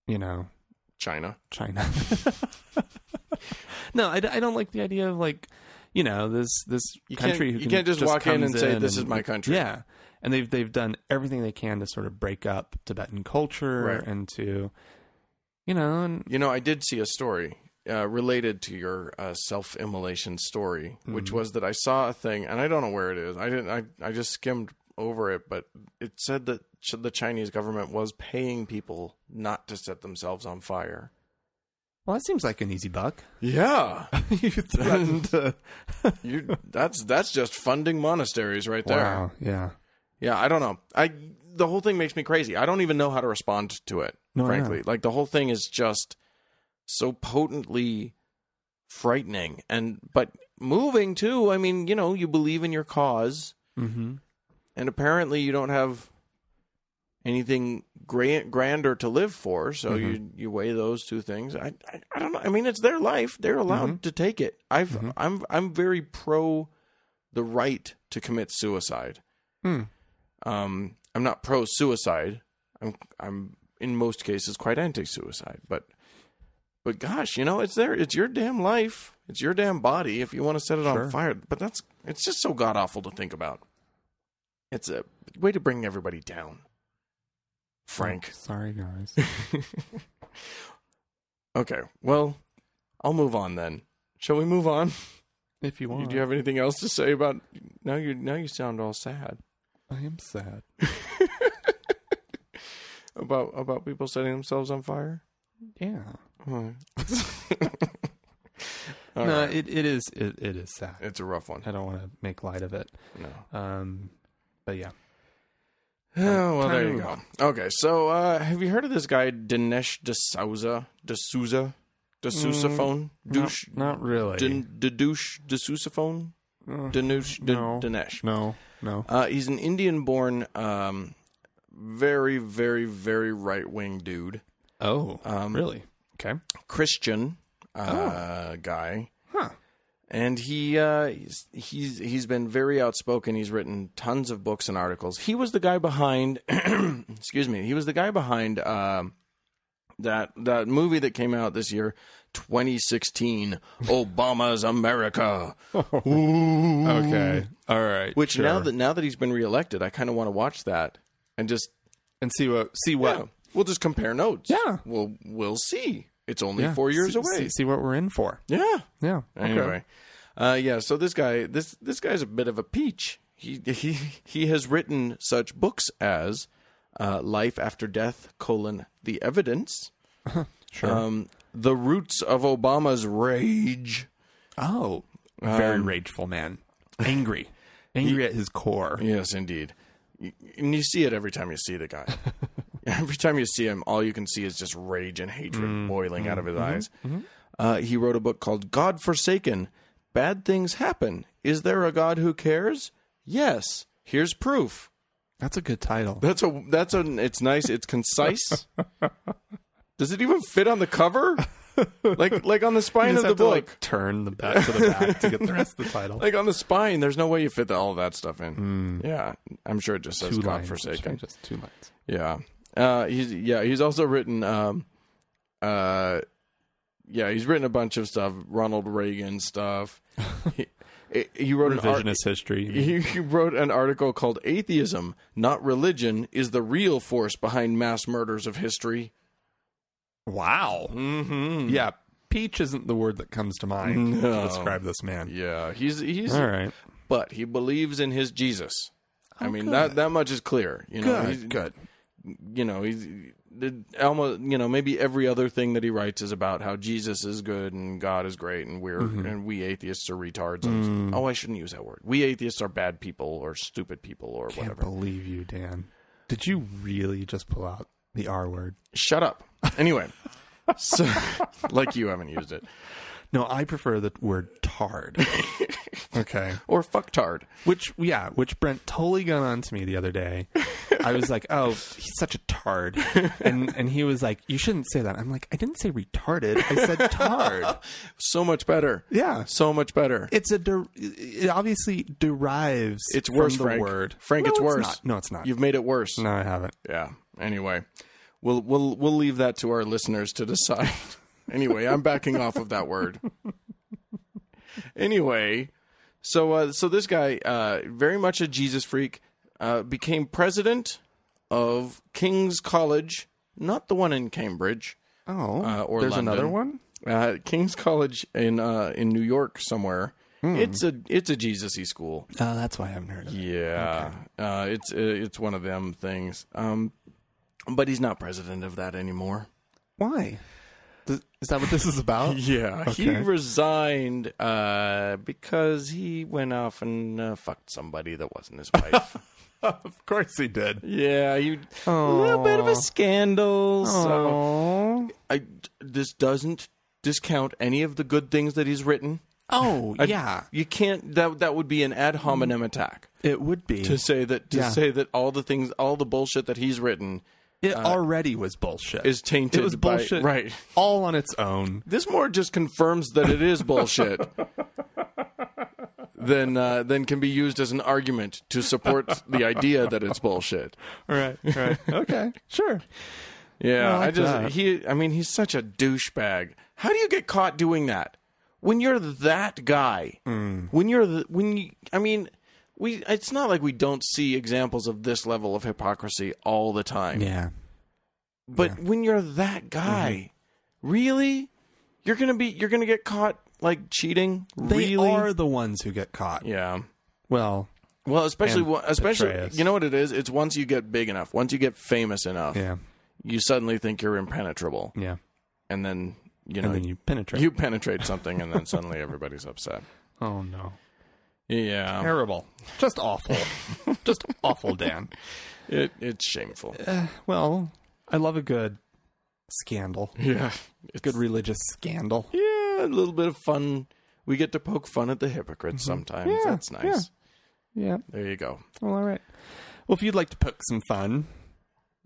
[SPEAKER 1] you know,
[SPEAKER 2] China.
[SPEAKER 1] China. no, I, d- I don't like the idea of like, you know, this this
[SPEAKER 2] You can't-
[SPEAKER 1] country. who
[SPEAKER 2] you can't just walk in
[SPEAKER 1] comes
[SPEAKER 2] and say, "This is my country."
[SPEAKER 1] Yeah, and they've they've done everything they can to sort of break up Tibetan culture
[SPEAKER 2] Right.
[SPEAKER 1] and to, you know, and
[SPEAKER 2] You know, I did see a story uh, related to your uh, self-immolation story, which was that I saw a thing, and I don't know where it is. I didn't. I I just skimmed over it, but it said that ch- the Chinese government was paying people not to set themselves on fire.
[SPEAKER 1] well, that seems like an easy buck.
[SPEAKER 2] Yeah,
[SPEAKER 1] you threatened. to-
[SPEAKER 2] you. That's that's just funding monasteries right there.
[SPEAKER 1] wow. Yeah.
[SPEAKER 2] Yeah, I don't know. I the whole thing makes me crazy. I don't even know how to respond to it,
[SPEAKER 1] No, I
[SPEAKER 2] frankly.
[SPEAKER 1] know.
[SPEAKER 2] Like the whole thing is just so potently frightening and but moving too. I mean, you know, you believe in your cause
[SPEAKER 1] Mm-hmm.
[SPEAKER 2] and apparently you don't have anything grand, grander to live for, so you you weigh those two things. I, I I don't know. I mean, it's their life. They're allowed to take it. I've I'm I'm very pro the right to commit suicide.
[SPEAKER 1] Hmm.
[SPEAKER 2] Um, I'm not pro suicide. I'm I'm in most cases quite anti suicide, but but gosh, you know, it's there. It's your damn life. It's your damn body. If you want to set it
[SPEAKER 1] Sure.
[SPEAKER 2] on fire, but that's it's just so god awful to think about. It's a way to bring everybody down. Frank.
[SPEAKER 1] Oh, Sorry, guys.
[SPEAKER 2] Okay. Well, I'll move on then. Shall we move on?
[SPEAKER 1] if you want,
[SPEAKER 2] Do you have anything else to say about now you now you sound all sad
[SPEAKER 1] I am sad.
[SPEAKER 2] about about people setting themselves on fire?
[SPEAKER 1] Yeah.
[SPEAKER 2] Hmm. All
[SPEAKER 1] no,
[SPEAKER 2] right.
[SPEAKER 1] it, it is it, it is sad.
[SPEAKER 2] it's a rough one.
[SPEAKER 1] I don't want to make light of it.
[SPEAKER 2] No.
[SPEAKER 1] Um, but yeah,
[SPEAKER 2] Oh, well,
[SPEAKER 1] Time
[SPEAKER 2] there
[SPEAKER 1] to
[SPEAKER 2] you
[SPEAKER 1] move
[SPEAKER 2] go. Okay, so uh, have you heard of this guy Dinesh D'Souza? D'Souza?
[SPEAKER 1] Mm,
[SPEAKER 2] D'Sousaphone? Douche?
[SPEAKER 1] not really.
[SPEAKER 2] Din- the douche? D'Sousaphone? Dinesh? D-
[SPEAKER 1] Uh, no.
[SPEAKER 2] Dinesh.
[SPEAKER 1] no, no.
[SPEAKER 2] Uh, he's an Indian-born, um, very, very, very right-wing dude.
[SPEAKER 1] Oh,
[SPEAKER 2] um,
[SPEAKER 1] really? Okay.
[SPEAKER 2] Christian uh, guy.
[SPEAKER 1] Oh. Huh.
[SPEAKER 2] and he uh, he's, he's he's been very outspoken. He's written tons of books and articles. He was the guy behind, excuse me, he was the guy behind um that that movie that came out this year, 2016, Obama's America.
[SPEAKER 1] Okay. All right.
[SPEAKER 2] Which now
[SPEAKER 1] Oh, sure.
[SPEAKER 2] that now that he's been reelected, I kind of want to watch that and just
[SPEAKER 1] and see what see
[SPEAKER 2] yeah,
[SPEAKER 1] what
[SPEAKER 2] we'll just compare notes.
[SPEAKER 1] Yeah.
[SPEAKER 2] we'll we'll see. It's only
[SPEAKER 1] yeah,
[SPEAKER 2] four years
[SPEAKER 1] see-
[SPEAKER 2] away.
[SPEAKER 1] See, see what we're in for.
[SPEAKER 2] Yeah,
[SPEAKER 1] Yeah. Okay.
[SPEAKER 2] Anyway, uh, yeah. So this guy, this this guy's a bit of a peach. He he he has written such books as uh, "Life After Death: colon, The Evidence,"
[SPEAKER 1] Sure.
[SPEAKER 2] um, "The Roots of Obama's Rage," um,
[SPEAKER 1] oh, very rageful man, angry. angry at his core.
[SPEAKER 2] Yes, indeed. Y- And you see it every time you see the guy. every time you see him, all you can see is just rage and hatred boiling out of his eyes. Uh, he wrote a book called God Forsaken Bad Things Happen. Is There a God Who Cares? Yes. Here's proof.
[SPEAKER 1] That's a good title.
[SPEAKER 2] That's a, that's a, it's nice. It's concise. Does it even fit on the cover? Like, like on the
[SPEAKER 1] You
[SPEAKER 2] spine of
[SPEAKER 1] just
[SPEAKER 2] the
[SPEAKER 1] have to
[SPEAKER 2] book.
[SPEAKER 1] like turn the back to the back to get the rest of the title.
[SPEAKER 2] like on the spine, there's no way you fit all that stuff in. Yeah, I'm sure it just says God forsaken.
[SPEAKER 1] Just two Hmm. lines.
[SPEAKER 2] Yeah. Uh, he's yeah. He's also written. Um, uh, yeah, he's written a bunch of stuff. Ronald Reagan stuff. he, he wrote an art-
[SPEAKER 1] Revisionist history. you mean.
[SPEAKER 2] he, he wrote an article called "Atheism, Not Religion, Is the Real Force Behind Mass Murders of History."
[SPEAKER 1] Wow. Mm-hmm. Yeah, peach isn't the word that comes to mind to describe this man.
[SPEAKER 2] Yeah, he's he's
[SPEAKER 1] All right.
[SPEAKER 2] but he believes in his Jesus. I mean that that much is clear. You know, he's-
[SPEAKER 1] good.
[SPEAKER 2] you know he's the- almost you know maybe every other thing that he writes is about how Jesus is good and God is great and we're
[SPEAKER 1] Mm-hmm.
[SPEAKER 2] and we atheists are retards
[SPEAKER 1] Mm.
[SPEAKER 2] and oh I shouldn't use that word we atheists are bad people or stupid people or
[SPEAKER 1] Can't
[SPEAKER 2] whatever
[SPEAKER 1] believe you, Dan. Did you really just pull out the R word?
[SPEAKER 2] shut up anyway so like you haven't used it
[SPEAKER 1] No, I prefer the word tard. okay.
[SPEAKER 2] or fucktard
[SPEAKER 1] Which, yeah, which Brent totally got on to me the other day. I was like, oh, he's such a tard. And, and he was like, you shouldn't say that. I'm like, I didn't say retarded. I said tard.
[SPEAKER 2] so much better
[SPEAKER 1] Yeah.
[SPEAKER 2] so much better
[SPEAKER 1] it's a der- it obviously derives
[SPEAKER 2] it's
[SPEAKER 1] from
[SPEAKER 2] worse
[SPEAKER 1] the
[SPEAKER 2] Frank
[SPEAKER 1] word
[SPEAKER 2] Frank
[SPEAKER 1] No,
[SPEAKER 2] it's worse
[SPEAKER 1] not. no it's not
[SPEAKER 2] you've made it worse
[SPEAKER 1] no i haven't
[SPEAKER 2] yeah anyway we'll we'll we'll leave that to our listeners to decide anyway i'm backing off of that word anyway so uh so this guy uh very much a jesus freak uh became president of king's college not the one in cambridge
[SPEAKER 1] oh
[SPEAKER 2] uh, or
[SPEAKER 1] there's
[SPEAKER 2] London.
[SPEAKER 1] another one
[SPEAKER 2] uh king's college in uh in new york somewhere
[SPEAKER 1] Hmm.
[SPEAKER 2] it's a it's a jesus-y school
[SPEAKER 1] oh that's why i haven't heard of it
[SPEAKER 2] yeah, uh, it's uh, it's one of them things. Um, but he's not president of that anymore.
[SPEAKER 1] why Th- is that what this is about
[SPEAKER 2] Yeah, he
[SPEAKER 1] Okay.
[SPEAKER 2] resigned uh, because he went off and uh, fucked somebody that wasn't his wife.
[SPEAKER 1] of course he did
[SPEAKER 2] yeah, you a little bit of a scandal. So
[SPEAKER 1] oh
[SPEAKER 2] I, this doesn't discount any of the good things that he's written.
[SPEAKER 1] oh
[SPEAKER 2] I-
[SPEAKER 1] yeah
[SPEAKER 2] you can't. That that would be an ad hominem attack
[SPEAKER 1] it would be
[SPEAKER 2] to say that to
[SPEAKER 1] Yeah.
[SPEAKER 2] say that all the things, all the bullshit that he's written
[SPEAKER 1] it already was bullshit
[SPEAKER 2] uh, is tainted.
[SPEAKER 1] it was
[SPEAKER 2] by-
[SPEAKER 1] bullshit
[SPEAKER 2] right?
[SPEAKER 1] all on its own
[SPEAKER 2] this more just confirms that it is bullshit than uh, than can be used as an argument to support the idea that it's bullshit.
[SPEAKER 1] all right all right okay sure
[SPEAKER 2] Yeah,
[SPEAKER 1] I
[SPEAKER 2] I,
[SPEAKER 1] like
[SPEAKER 2] just
[SPEAKER 1] that.
[SPEAKER 2] he. I mean, he's such a douchebag. How do you get caught doing that when you're that guy?
[SPEAKER 1] Mm.
[SPEAKER 2] When you're the, when you, I mean, we. It's not like we don't see examples of this level of hypocrisy all the time.
[SPEAKER 1] yeah
[SPEAKER 2] But when you're that guy,
[SPEAKER 1] Mm-hmm.
[SPEAKER 2] really, you're gonna be you're gonna get caught like cheating.
[SPEAKER 1] they
[SPEAKER 2] really?
[SPEAKER 1] are the ones who get caught
[SPEAKER 2] Yeah.
[SPEAKER 1] well
[SPEAKER 2] Well, especially
[SPEAKER 1] And
[SPEAKER 2] wa- especially
[SPEAKER 1] Atreus.
[SPEAKER 2] you know what it is. It's once you get big enough, once you get famous enough,
[SPEAKER 1] yeah
[SPEAKER 2] you suddenly think you're impenetrable,
[SPEAKER 1] yeah
[SPEAKER 2] and then you know
[SPEAKER 1] and then you penetrate
[SPEAKER 2] you penetrate something, and then suddenly everybody's upset.
[SPEAKER 1] oh no
[SPEAKER 2] Yeah,
[SPEAKER 1] terrible just awful just awful dan
[SPEAKER 2] it, it's shameful.
[SPEAKER 1] well i love a good scandal
[SPEAKER 2] Yeah, it's
[SPEAKER 1] good religious scandal
[SPEAKER 2] yeah, a little bit of fun. We get to poke fun at the hypocrites sometimes.
[SPEAKER 1] Mm-hmm. Yeah,
[SPEAKER 2] That's nice.
[SPEAKER 1] yeah. yeah
[SPEAKER 2] There you go.
[SPEAKER 1] well all right well if you'd like to poke some fun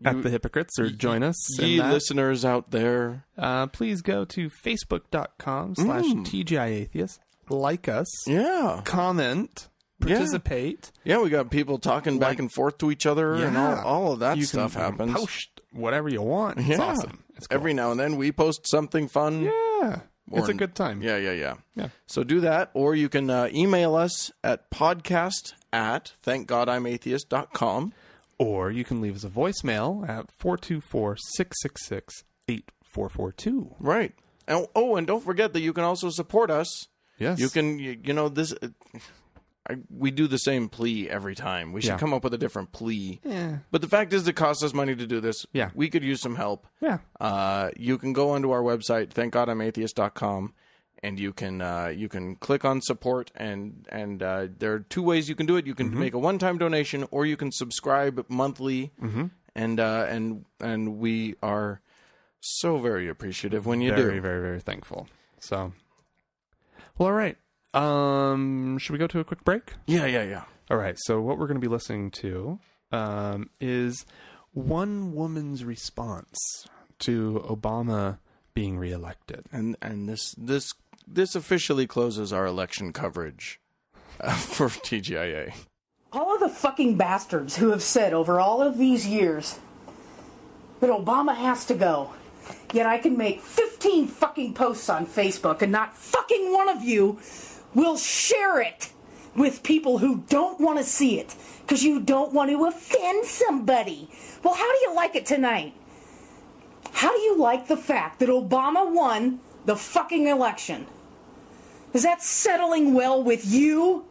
[SPEAKER 1] at
[SPEAKER 2] You-
[SPEAKER 1] the hypocrites or join us in
[SPEAKER 2] Ye
[SPEAKER 1] that,
[SPEAKER 2] listeners out there,
[SPEAKER 1] uh, please go to facebook.com slash tgiatheist like us
[SPEAKER 2] Mm. yeah,
[SPEAKER 1] comment
[SPEAKER 2] Yeah.
[SPEAKER 1] participate
[SPEAKER 2] yeah, we got people talking back and forth to each other, and all,
[SPEAKER 1] Yeah.
[SPEAKER 2] all of that
[SPEAKER 1] you
[SPEAKER 2] stuff
[SPEAKER 1] can
[SPEAKER 2] happens.
[SPEAKER 1] post whatever you want it's
[SPEAKER 2] Yeah.
[SPEAKER 1] awesome it's cool.
[SPEAKER 2] Every now and then we post something fun.
[SPEAKER 1] yeah
[SPEAKER 2] or-
[SPEAKER 1] it's a good time
[SPEAKER 2] Yeah, yeah, yeah.
[SPEAKER 1] Yeah.
[SPEAKER 2] So do that, or you can uh, email us at podcast at thankgodimatheist.com.
[SPEAKER 1] Or you can leave us a voicemail at 424 666 8442.
[SPEAKER 2] Right. And, oh, and don't forget that you can also support us.
[SPEAKER 1] Yes.
[SPEAKER 2] You can, you, you know, this. uh, I, we do the same plea every time. We should
[SPEAKER 1] Yeah.
[SPEAKER 2] come up with a different plea.
[SPEAKER 1] Yeah.
[SPEAKER 2] But the fact is, it costs us money to do this.
[SPEAKER 1] Yeah.
[SPEAKER 2] We could use some help.
[SPEAKER 1] Yeah.
[SPEAKER 2] Uh, you can go onto our website, thankgodimatheist.com, and you can uh, you can click on support and and uh, there are two ways you can do it. You can
[SPEAKER 1] Mm-hmm.
[SPEAKER 2] make a one time donation or you can subscribe monthly.
[SPEAKER 1] Mm-hmm.
[SPEAKER 2] And uh, and and we are so very appreciative when you
[SPEAKER 1] very,
[SPEAKER 2] do.
[SPEAKER 1] very, very thankful. So, well, all right. Um, should we go to a quick break?
[SPEAKER 2] Yeah, yeah, yeah.
[SPEAKER 1] All right. So, what we're going to be listening to um, is one woman's response to Obama being reelected.
[SPEAKER 2] And and this this this officially closes our election coverage uh, for TGIA.
[SPEAKER 5] all of the fucking bastards who have said over all of these years that Obama has to go, yet I can make 15 fucking posts on Facebook and not fucking one of you will share it with people who don't want to see it because you don't want to offend somebody. Well, how do you like it tonight? How do you like the fact that Obama won the fucking election? Is that settling well with you?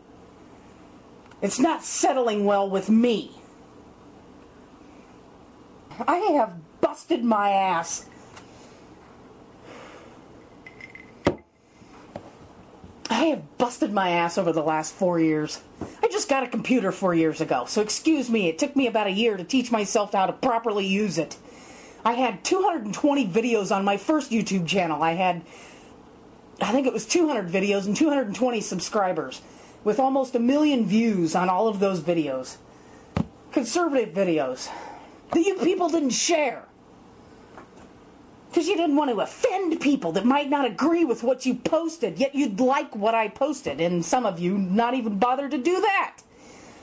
[SPEAKER 5] It's not settling well with me. I have busted my ass. I have busted my ass over the last four years. I just got a computer four years ago, so excuse me, it took me about a year to teach myself how to properly use it. I had 220 videos on my first YouTube channel. I had I think it was 200 videos and 220 subscribers, with almost a million views on all of those videos. Conservative videos that you people didn't share. Because you didn't want to offend people that might not agree with what you posted, yet you'd like what I posted, and some of you not even bothered to do that.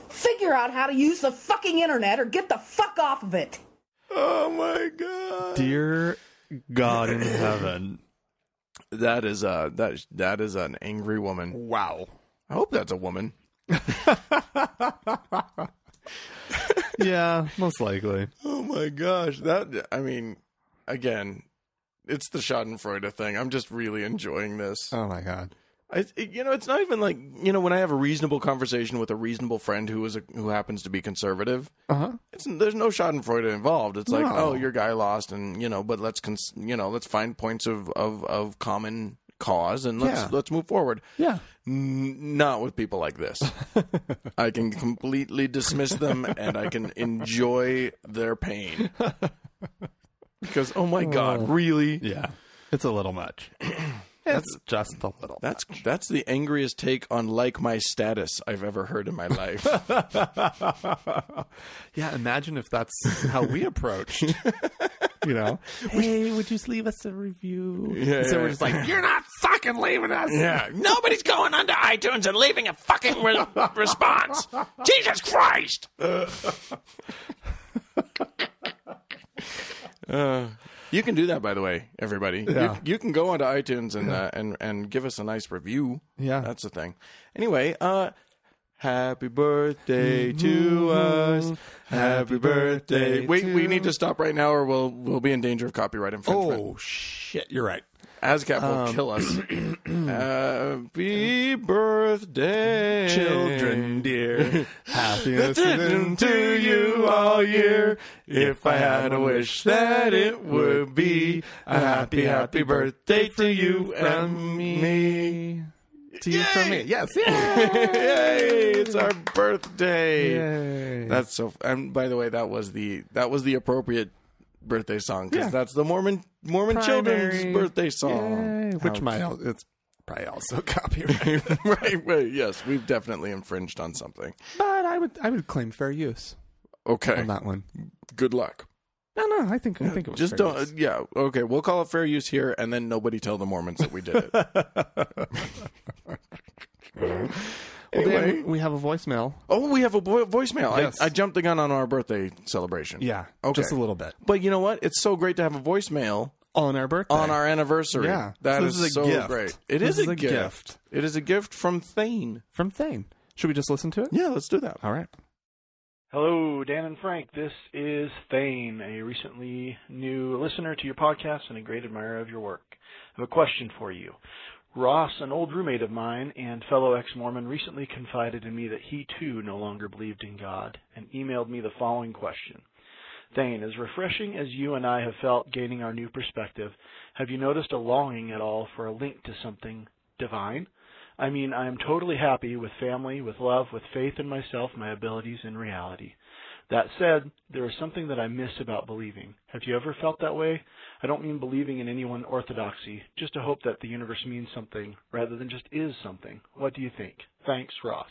[SPEAKER 5] Figure out how to use the fucking internet or get the fuck off of it.
[SPEAKER 2] Oh my god.
[SPEAKER 1] Dear God in heaven.
[SPEAKER 2] That is a that is- that is an angry woman.
[SPEAKER 1] Wow.
[SPEAKER 2] I hope that's a woman.
[SPEAKER 1] Yeah, most likely.
[SPEAKER 2] Oh my gosh, that I mean, again, it's the Schadenfreude thing. I'm just really enjoying this.
[SPEAKER 1] Oh my God.
[SPEAKER 2] I, it- you know, it's not even like you know when I have a reasonable conversation with a reasonable friend who is a, who happens to be conservative.
[SPEAKER 1] Uh huh.
[SPEAKER 2] It's there's no Schadenfreude involved. It's like,
[SPEAKER 1] No.
[SPEAKER 2] oh, your guy lost, and you know, but let's cons- you know, let's find points of of of common cause and let's
[SPEAKER 1] Yeah.
[SPEAKER 2] let's move forward.
[SPEAKER 1] Yeah.
[SPEAKER 2] N- not with people like this. I can completely dismiss them and I can enjoy their pain. Because oh my
[SPEAKER 1] Uh.
[SPEAKER 2] god, really?
[SPEAKER 1] Yeah. It's a little much. it's just a little.
[SPEAKER 2] That's that's the angriest take on like my status I've ever heard in my life.
[SPEAKER 1] yeah, imagine if that's how we approached. you know? Hey, would you leave us a review?
[SPEAKER 2] Yeah,
[SPEAKER 1] so
[SPEAKER 2] yeah.
[SPEAKER 1] we're just like, you're not fucking leaving us.
[SPEAKER 2] yeah. Nobody's going onto iTunes and leaving a fucking re- response. Jesus Christ. Uh, you can do that, by the way, everybody.
[SPEAKER 1] Yeah.
[SPEAKER 2] You, you can go onto iTunes and uh, and and give us a nice review.
[SPEAKER 1] Yeah.
[SPEAKER 2] that's the thing. Anyway, uh, happy birthday to us. Mm-hmm. Happy birthday. Wait, we need to stop right now, or we'll we'll be in danger of copyright infringement.
[SPEAKER 1] Oh, shit. You're right.
[SPEAKER 2] ASCAP will
[SPEAKER 1] Um,
[SPEAKER 2] kill us. Happy birthday,
[SPEAKER 1] Children, dear. Happiness
[SPEAKER 2] Listen to you all year. If I had a wish that it would be a happy, happy birthday to you and me.
[SPEAKER 1] To you from me.
[SPEAKER 2] Yay!
[SPEAKER 1] Yes. Yeah.
[SPEAKER 2] Yay! It's our birthday.
[SPEAKER 1] Yay.
[SPEAKER 2] That's so. And by the way, that was the that was the appropriate birthday song because
[SPEAKER 1] Yeah.
[SPEAKER 2] that's the Mormon Mormon
[SPEAKER 1] Primary.
[SPEAKER 2] children's birthday song,
[SPEAKER 1] Yay. Which
[SPEAKER 2] Ouch.
[SPEAKER 1] might, al- it's probably also copyright.
[SPEAKER 2] right, right. Yes, we've definitely infringed on something.
[SPEAKER 1] but I would, I would claim fair use
[SPEAKER 2] Okay.
[SPEAKER 1] on that one.
[SPEAKER 2] Good luck.
[SPEAKER 1] No, no, I think I think it was
[SPEAKER 2] Just
[SPEAKER 1] fair
[SPEAKER 2] don't.
[SPEAKER 1] use.
[SPEAKER 2] Yeah. Okay. We'll call it fair use here, and then nobody tell the Mormons that we did it.
[SPEAKER 1] Well, Dan,
[SPEAKER 2] Anyway.
[SPEAKER 1] we have a voicemail.
[SPEAKER 2] oh, we have a vo- voicemail.
[SPEAKER 1] Yes.
[SPEAKER 2] I, I jumped the gun on our birthday celebration.
[SPEAKER 1] Yeah,
[SPEAKER 2] Okay.
[SPEAKER 1] just a little bit
[SPEAKER 2] But you know what? It's so great to have a voicemail
[SPEAKER 1] on our birthday.
[SPEAKER 2] on our anniversary.
[SPEAKER 1] Yeah.
[SPEAKER 2] that
[SPEAKER 1] So
[SPEAKER 2] is
[SPEAKER 1] this is a
[SPEAKER 2] so
[SPEAKER 1] gift.
[SPEAKER 2] great. It
[SPEAKER 1] This
[SPEAKER 2] is
[SPEAKER 1] is
[SPEAKER 2] a
[SPEAKER 1] a
[SPEAKER 2] gift.
[SPEAKER 1] gift.
[SPEAKER 2] It is a gift from Thane.
[SPEAKER 1] from Thane. Should we just listen to it?
[SPEAKER 2] Yeah, let's do that.
[SPEAKER 1] All right.
[SPEAKER 6] Hello, Dan and Frank. This is Thane, a recently new listener to your podcast and a great admirer of your work. I have a question for you. Ross, an old roommate of mine and fellow ex Mormon, recently confided in me that he too no longer believed in God and emailed me the following question Thane, as refreshing as you and I have felt gaining our new perspective, have you noticed a longing at all for a link to something divine? I mean, I am totally happy with family, with love, with faith in myself, my abilities, and reality. That said, there is something that I miss about believing. Have you ever felt that way? I don't mean believing in any one orthodoxy, just a hope that the universe means something rather than just is something. What do you think? Thanks, Ross.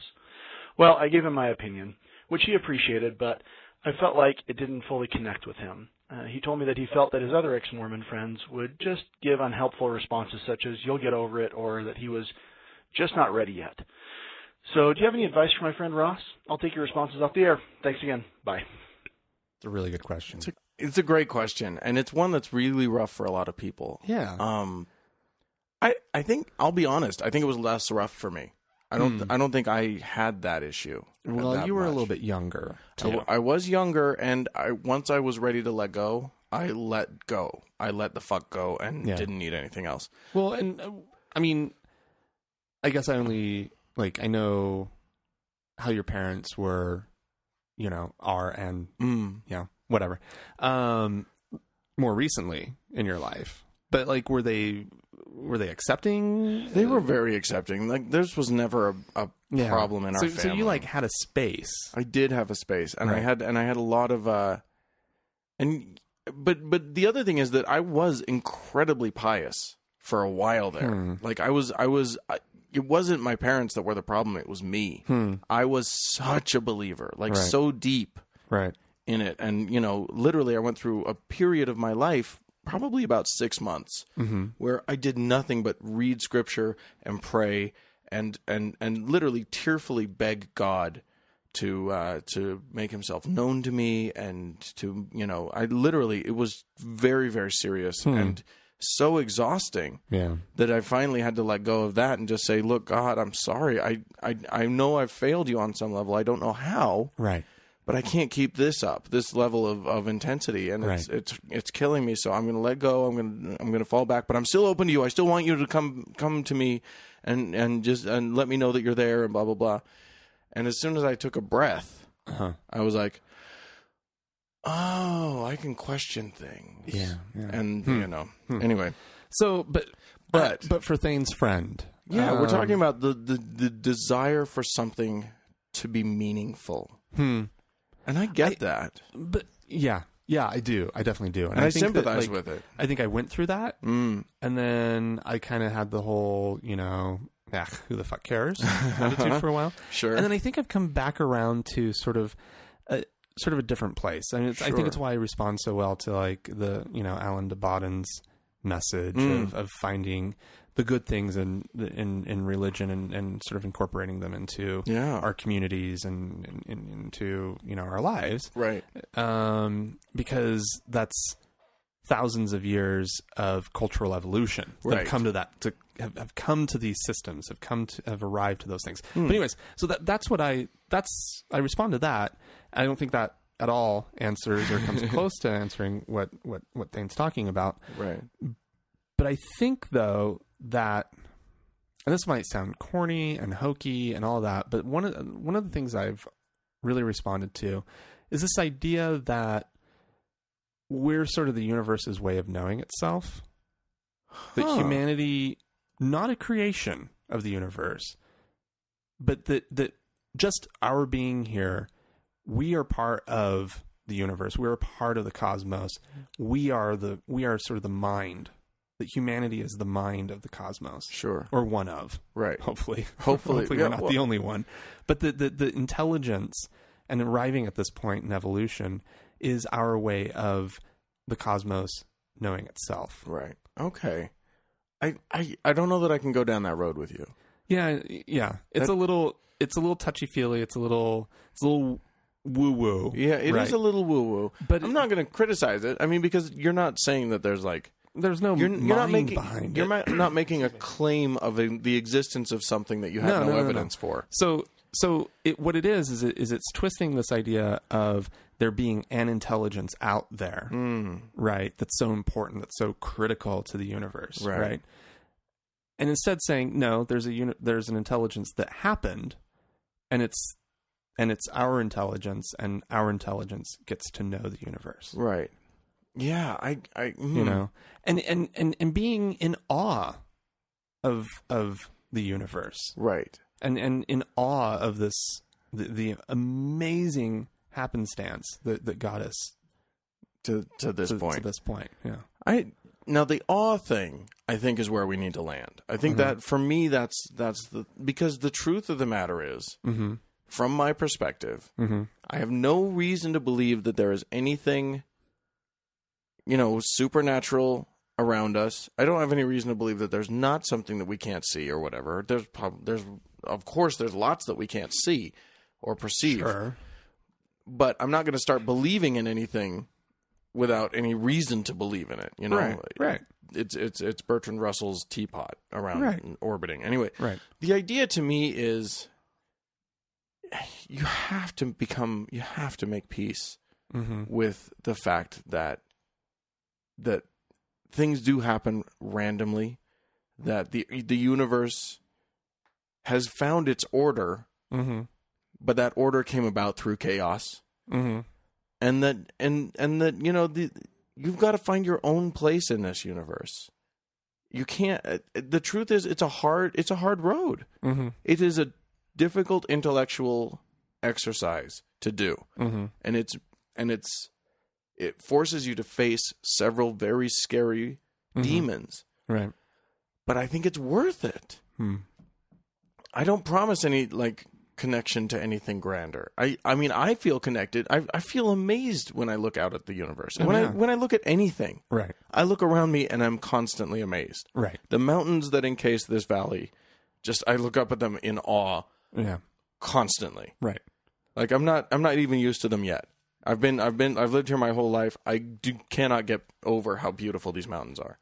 [SPEAKER 6] Well, I gave him my opinion, which he appreciated, but I felt like it didn't fully connect with him. Uh, he told me that he felt that his other ex Mormon friends would just give unhelpful responses such as, you'll get over it, or that he was just not ready yet. So, do you have any advice for my friend Ross? I'll take your responses off the air. Thanks again. Bye.
[SPEAKER 1] It's a really good question.
[SPEAKER 2] It's a, it's a great question, and it's one that's really rough for a lot of people.
[SPEAKER 1] Yeah.
[SPEAKER 2] Um, I I think I'll be honest. I think it was less rough for me. I don't I don't think I had that issue.
[SPEAKER 1] Hmm. well,
[SPEAKER 2] that
[SPEAKER 1] you were a
[SPEAKER 2] much.
[SPEAKER 1] little bit younger.
[SPEAKER 2] I, w- I was younger, and I once I was ready to let go, I let go. I let the fuck go, and
[SPEAKER 1] Yeah.
[SPEAKER 2] didn't need anything else.
[SPEAKER 1] Well, and uh, I mean, I guess I only like I know how your parents were, you know, are and
[SPEAKER 2] Mm.
[SPEAKER 1] you know whatever. Um, more recently in your life, but like, were they were they accepting?
[SPEAKER 2] They were very accepting. Like this was never a, a
[SPEAKER 1] Yeah.
[SPEAKER 2] problem in
[SPEAKER 1] so,
[SPEAKER 2] our family.
[SPEAKER 1] So you like had a space.
[SPEAKER 2] I did have a space, and I
[SPEAKER 1] Right.
[SPEAKER 2] had and I had a lot of uh, and but but the other thing is that I was incredibly pious for a while there.
[SPEAKER 1] Hmm.
[SPEAKER 2] Like I was I was I, it wasn't my parents that were the problem; it was me. I was such a believer, like
[SPEAKER 1] Hmm. Right.
[SPEAKER 2] so deep
[SPEAKER 1] Right.
[SPEAKER 2] in it, and you know, literally, I went through a period of my life. Probably about six months, where I did nothing but read scripture and pray and and and literally tearfully beg God to uh, to make himself known to me and to you know I literally it was very very serious and so exhausting
[SPEAKER 1] Yeah.
[SPEAKER 2] that I finally had to let go of that and just say look God I'm sorry I I I know I've failed you on some level I don't know how
[SPEAKER 1] Right.
[SPEAKER 2] but I can't keep this up, this level of, of intensity, and it's
[SPEAKER 1] Right.
[SPEAKER 2] it's it's killing me. So I'm going to let go. I'm going to I'm going to fall back, but I'm still open to you. I still want you to come come to me, and and just and let me know that you're there, and blah blah blah. And as soon as I took a breath,
[SPEAKER 1] Uh-huh.
[SPEAKER 2] I was like, oh, I can question things.
[SPEAKER 1] Yeah, yeah. Hmm.
[SPEAKER 2] and you know, anyway,
[SPEAKER 1] So, but
[SPEAKER 2] But-
[SPEAKER 1] but for Thane's friend.
[SPEAKER 2] yeah,
[SPEAKER 1] Um,
[SPEAKER 2] we're talking about the, the the desire for something to be meaningful. Hmm. And I get that.
[SPEAKER 1] But yeah, yeah, I do. I definitely do.
[SPEAKER 2] And I
[SPEAKER 1] think that,
[SPEAKER 2] sympathize
[SPEAKER 1] like,
[SPEAKER 2] with it. Mm.
[SPEAKER 1] I think I went through that, and then I kind of had the whole, you know, ah, who the fuck cares attitude for a while.
[SPEAKER 2] Sure.
[SPEAKER 1] And then I think I've come back around to sort of, a, sort of a different place. I mean, it's, I think
[SPEAKER 2] Sure.
[SPEAKER 1] it's why I respond so well to like the you know Alan de Botton's message
[SPEAKER 2] Mm.
[SPEAKER 1] of, of finding the good things in in in religion and, and sort of incorporating them into
[SPEAKER 2] Yeah.
[SPEAKER 1] our communities and, and, and into you know our lives
[SPEAKER 2] Right.
[SPEAKER 1] um, because that's thousands of years of cultural evolution that have
[SPEAKER 2] Right.
[SPEAKER 1] come to that to have, have come to these systems have come to have arrived to those things but anyways so that that's what i that's i respond to that i don't think that at all answers or comes close to answering what what what thane's talking about
[SPEAKER 2] Right.
[SPEAKER 1] but I think though that and this might sound corny and hokey and all that, but one of one of the things I've really responded to is this idea that we're sort of the universe's way of knowing itself. That
[SPEAKER 2] Huh.
[SPEAKER 1] humanity not a creation of the universe, but that that just our being here, we are part of the universe. We're a part of the cosmos. We are the we are sort of the mind that humanity is the mind of the cosmos
[SPEAKER 2] Sure.
[SPEAKER 1] or one of
[SPEAKER 2] Right.
[SPEAKER 1] hopefully
[SPEAKER 2] Hopefully,
[SPEAKER 1] we're
[SPEAKER 2] yeah,
[SPEAKER 1] not
[SPEAKER 2] well-
[SPEAKER 1] the only one but the, the the intelligence and arriving at this point in evolution is our way of the cosmos knowing itself
[SPEAKER 2] Right. Okay. I, I I don't know that I can go down that road with you.
[SPEAKER 1] yeah yeah it's
[SPEAKER 2] That-
[SPEAKER 1] a little it's a little touchy feely it's a little it's a little woo woo
[SPEAKER 2] Yeah, it is a little woo woo.
[SPEAKER 1] But-
[SPEAKER 2] But I'm not going to criticize it. I mean, because you're not saying that there's like
[SPEAKER 1] there's no
[SPEAKER 2] you're,
[SPEAKER 1] mind
[SPEAKER 2] you're not making
[SPEAKER 1] behind
[SPEAKER 2] you're
[SPEAKER 1] it.
[SPEAKER 2] ma- not making a claim of a, the existence of something that you have no, evidence for.
[SPEAKER 1] So, so it, what it is is it, is it's twisting this idea of there being an intelligence out there,
[SPEAKER 2] Hmm.
[SPEAKER 1] right? That's so important, that's so critical to the universe, right?
[SPEAKER 2] Right.
[SPEAKER 1] And instead saying no, there's a uni- there's an intelligence that happened, and it's and it's our intelligence, and our intelligence gets to know the universe.
[SPEAKER 2] Right. Yeah, I, I,
[SPEAKER 1] You
[SPEAKER 2] mm.
[SPEAKER 1] know, and and and and being in awe of of the universe,
[SPEAKER 2] Right.
[SPEAKER 1] and and in awe of this the, the amazing happenstance that that got us
[SPEAKER 2] To to this
[SPEAKER 1] to,
[SPEAKER 2] point.
[SPEAKER 1] to this point. Yeah.
[SPEAKER 2] I now the awe thing I think is where we need to land. I think
[SPEAKER 1] Mm-hmm.
[SPEAKER 2] that for me that's that's the because the truth of the matter is
[SPEAKER 1] Mm-hmm.
[SPEAKER 2] from my perspective, I have no reason to believe that there is anything you know supernatural around us. I don't have any reason to believe that there's not something that we can't see or whatever. There's prob- there's of course there's lots that we can't see or perceive
[SPEAKER 1] Sure.
[SPEAKER 2] but I'm not going to start believing in anything without any reason to believe in it. You know,
[SPEAKER 1] Right, right.
[SPEAKER 2] It's it's it's Bertrand Russell's teapot around
[SPEAKER 1] Right.
[SPEAKER 2] and orbiting. Anyway,
[SPEAKER 1] Right.
[SPEAKER 2] The idea to me is you have to become you have to make peace
[SPEAKER 1] Mm-hmm.
[SPEAKER 2] with the fact that that things do happen randomly that the the universe has found its order
[SPEAKER 1] Mm-hmm.
[SPEAKER 2] but that order came about through chaos
[SPEAKER 1] Mm-hmm.
[SPEAKER 2] and that and and that you know the you've got to find your own place in this universe you can't uh, the truth is it's a hard it's a hard road
[SPEAKER 1] Mm-hmm.
[SPEAKER 2] it is a difficult intellectual exercise to do
[SPEAKER 1] Mm-hmm.
[SPEAKER 2] and it's and it's it forces you to face several very scary
[SPEAKER 1] Mm-hmm.
[SPEAKER 2] demons
[SPEAKER 1] Right.
[SPEAKER 2] but i think it's worth it
[SPEAKER 1] Hmm.
[SPEAKER 2] I don't promise any like connection to anything grander. I I mean I feel connected. I I feel amazed when I look out at the universe. And
[SPEAKER 1] Oh,
[SPEAKER 2] when I
[SPEAKER 1] yeah.
[SPEAKER 2] when I look at anything,
[SPEAKER 1] Right.
[SPEAKER 2] I look around me and I'm constantly amazed.
[SPEAKER 1] Right.
[SPEAKER 2] The mountains that encase this valley, just I look up at them in awe
[SPEAKER 1] Yeah.
[SPEAKER 2] constantly.
[SPEAKER 1] Right.
[SPEAKER 2] Like I'm not I'm not even used to them yet. I've been I've been I've lived here my whole life. I do, cannot get over how beautiful these mountains are.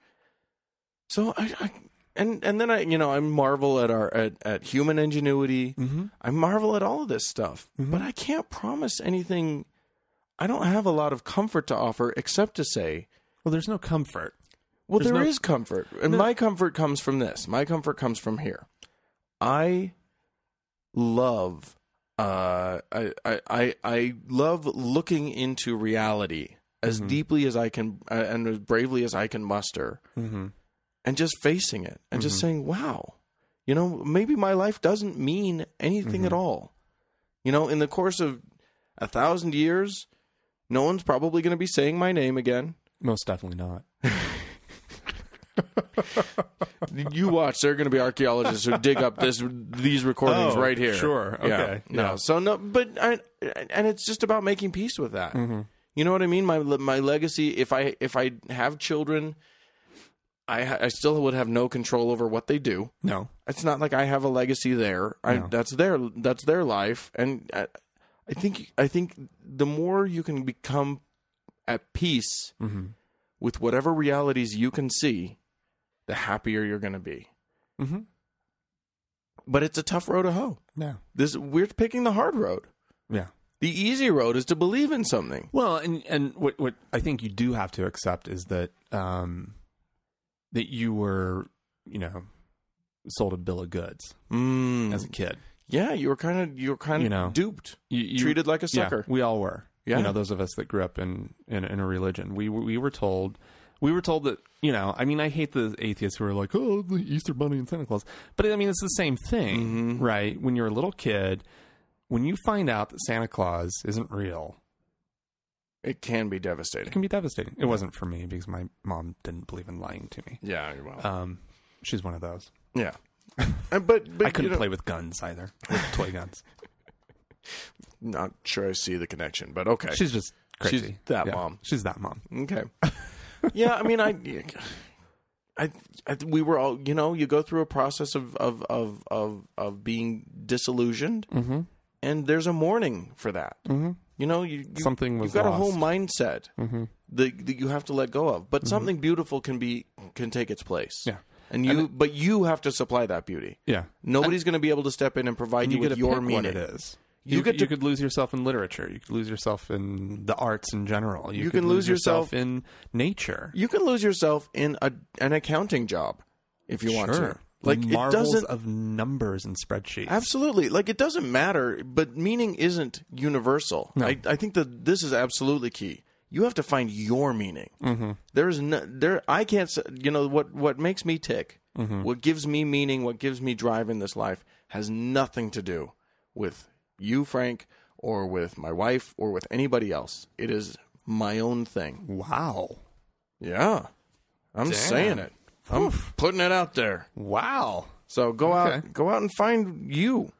[SPEAKER 2] So I, I and and then I you know I marvel at our at, at human ingenuity. I marvel at all of this stuff, but I can't promise anything. I don't have a lot of comfort to offer except to say,
[SPEAKER 1] Well, there's no comfort.
[SPEAKER 2] well,
[SPEAKER 1] There's
[SPEAKER 2] there is
[SPEAKER 1] no-
[SPEAKER 2] comfort, and my comfort comes from this. My comfort comes from here. I love, uh, I, I, I, I love looking into reality as
[SPEAKER 1] Mm-hmm.
[SPEAKER 2] deeply as I can uh, and as bravely as I can muster,
[SPEAKER 1] Mm-hmm.
[SPEAKER 2] and just facing it and just saying, "Wow, you know, maybe my life doesn't mean anything at
[SPEAKER 1] Mm-hmm.
[SPEAKER 2] all." You know, in the course of a thousand years, no one's probably going to be saying my name again.
[SPEAKER 1] Most definitely not.
[SPEAKER 2] you watch, there are going to be archaeologists who dig up this these recordings
[SPEAKER 1] Oh,
[SPEAKER 2] right here.
[SPEAKER 1] sure.
[SPEAKER 2] Yeah.
[SPEAKER 1] Okay.
[SPEAKER 2] No.
[SPEAKER 1] Yeah.
[SPEAKER 2] So no, but I, and it's just about making peace with that.
[SPEAKER 1] Mm-hmm.
[SPEAKER 2] You know what I mean? My le- my legacy. If I if I have children, I ha- I still would have no control over what they do.
[SPEAKER 1] No.
[SPEAKER 2] It's not like I have a legacy there. I,
[SPEAKER 1] No.
[SPEAKER 2] That's their that's their life, and I, I think I think the more you can become at peace
[SPEAKER 1] Mm-hmm.
[SPEAKER 2] with whatever realities you can see, the happier you're going to be.
[SPEAKER 1] Mhm.
[SPEAKER 2] But it's a tough road to hoe.
[SPEAKER 1] No.
[SPEAKER 2] This we're picking the hard road.
[SPEAKER 1] Yeah.
[SPEAKER 2] The easy road is to believe in something.
[SPEAKER 1] Well, and and what what I think you do have to accept is that um that you were you know sold a bill of goods
[SPEAKER 2] Mm.
[SPEAKER 1] as a kid.
[SPEAKER 2] Yeah, you were kind of you were kind of
[SPEAKER 1] You know.
[SPEAKER 2] duped.
[SPEAKER 1] You, you-
[SPEAKER 2] Treated like a
[SPEAKER 1] yeah,
[SPEAKER 2] sucker.
[SPEAKER 1] we all were.
[SPEAKER 2] Yeah.
[SPEAKER 1] You know, those of us that grew up in, in in a religion, we were- we were told we were told that you know. I mean, I hate the atheists who are like, oh, the Easter Bunny and Santa Claus, but I mean, it's the same thing,
[SPEAKER 2] Mm-hmm.
[SPEAKER 1] right? When you're a little kid, when you find out that Santa Claus isn't real,
[SPEAKER 2] It can be
[SPEAKER 1] it
[SPEAKER 2] devastating.
[SPEAKER 1] can be devastating. It wasn't for me because my mom didn't believe in lying to me.
[SPEAKER 2] Yeah, well,
[SPEAKER 1] Um, she's one of those.
[SPEAKER 2] yeah. And- but but
[SPEAKER 1] I
[SPEAKER 2] you
[SPEAKER 1] couldn't
[SPEAKER 2] know,
[SPEAKER 1] play with guns either, with toy guns.
[SPEAKER 2] Not sure I see the connection, but okay.
[SPEAKER 1] She's just crazy.
[SPEAKER 2] She's that mom.
[SPEAKER 1] She's that mom.
[SPEAKER 2] Okay. yeah, I mean, I, I, I, we were all, you know, you go through a process of of of of, of being disillusioned, mm-hmm. and there's a mourning for that. Mm-hmm. You know, you, you
[SPEAKER 1] Something was
[SPEAKER 2] you've got a whole
[SPEAKER 1] lost. Mm-hmm.
[SPEAKER 2] mindset that, that you have to let go of, but something beautiful can be can take its place.
[SPEAKER 1] Yeah.
[SPEAKER 2] and you, but you have to supply that beauty.
[SPEAKER 1] Yeah.
[SPEAKER 2] Nobody's going to be able to step in and provide
[SPEAKER 1] And
[SPEAKER 2] you,
[SPEAKER 1] you, get
[SPEAKER 2] with
[SPEAKER 1] to
[SPEAKER 2] your
[SPEAKER 1] pick
[SPEAKER 2] meaning.
[SPEAKER 1] what it is.
[SPEAKER 2] You
[SPEAKER 1] You,
[SPEAKER 2] get
[SPEAKER 1] could,
[SPEAKER 2] to-
[SPEAKER 1] you could lose yourself in literature. You could lose yourself in the arts in general. You,
[SPEAKER 2] You
[SPEAKER 1] could
[SPEAKER 2] can lose yourself-
[SPEAKER 1] in nature.
[SPEAKER 2] You can lose yourself in a an accounting job if you want to.
[SPEAKER 1] Sure.
[SPEAKER 2] Like it
[SPEAKER 1] marvels
[SPEAKER 2] doesn't
[SPEAKER 1] of numbers and spreadsheets.
[SPEAKER 2] Absolutely. Like it doesn't matter, but meaning isn't universal. I, I think that this is absolutely key. You have to find your meaning. Mm-hmm. There is no there. I can't. s- You know what? What makes me tick? What gives me meaning? What gives me drive in this life has nothing to do with you, Frank, or with my wife, or with anybody else. It is my own thing.
[SPEAKER 1] Wow.
[SPEAKER 2] Yeah, I'm saying it. I'm putting it out there.
[SPEAKER 1] Wow.
[SPEAKER 2] So go
[SPEAKER 1] Okay.
[SPEAKER 2] out, go out and find you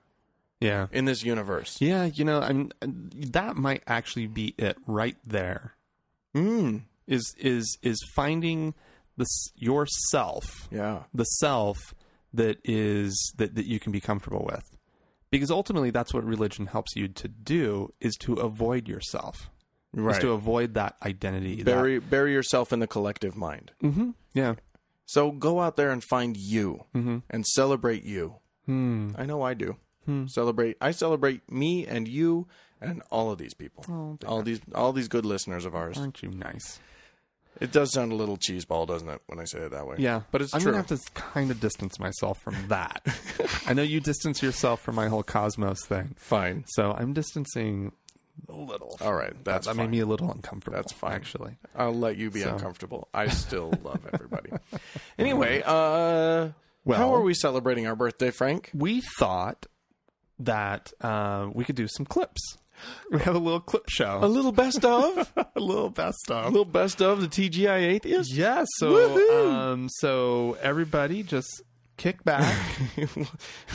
[SPEAKER 1] Yeah.
[SPEAKER 2] in this universe.
[SPEAKER 1] Yeah, you know, I mean, that might actually be it right there.
[SPEAKER 2] Mm.
[SPEAKER 1] Is is is finding this yourself,
[SPEAKER 2] Yeah.
[SPEAKER 1] the self that is that that you can be comfortable with. Because ultimately that's what religion helps you to do is to avoid yourself. Is
[SPEAKER 2] Right.
[SPEAKER 1] to avoid that identity. that- Mm.
[SPEAKER 2] bury bury yourself in the collective mind.
[SPEAKER 1] yeah.
[SPEAKER 2] So go out there and find you
[SPEAKER 1] Mm-hmm.
[SPEAKER 2] and celebrate you.
[SPEAKER 1] Hmm.
[SPEAKER 2] I know I do. Celebrate I celebrate me and you and all of these people. all these all these good listeners of ours.
[SPEAKER 1] Oh, Aren't you nice?
[SPEAKER 2] It does sound a little cheeseball, doesn't it, when I say it that way?
[SPEAKER 1] Yeah.
[SPEAKER 2] But it's
[SPEAKER 1] I'm
[SPEAKER 2] true.
[SPEAKER 1] gonna have to kind of distance myself from that. I know you distance yourself from my whole cosmos thing.
[SPEAKER 2] Fine.
[SPEAKER 1] So I'm distancing a little.
[SPEAKER 2] All right, that's
[SPEAKER 1] that
[SPEAKER 2] fine.
[SPEAKER 1] made me a little uncomfortable.
[SPEAKER 2] That's fine.
[SPEAKER 1] actually.
[SPEAKER 2] I'll let you be uncomfortable. I still love everybody. anyway, uh how
[SPEAKER 1] Well-
[SPEAKER 2] are we celebrating our birthday, Frank?
[SPEAKER 1] We thought that uh, we could do some clips. We have a little clip
[SPEAKER 2] A
[SPEAKER 1] show,
[SPEAKER 2] little best of?
[SPEAKER 1] a little best
[SPEAKER 2] a
[SPEAKER 1] of.
[SPEAKER 2] little best of the TGI atheist?
[SPEAKER 1] Yeah. So, um, so everybody just kick back.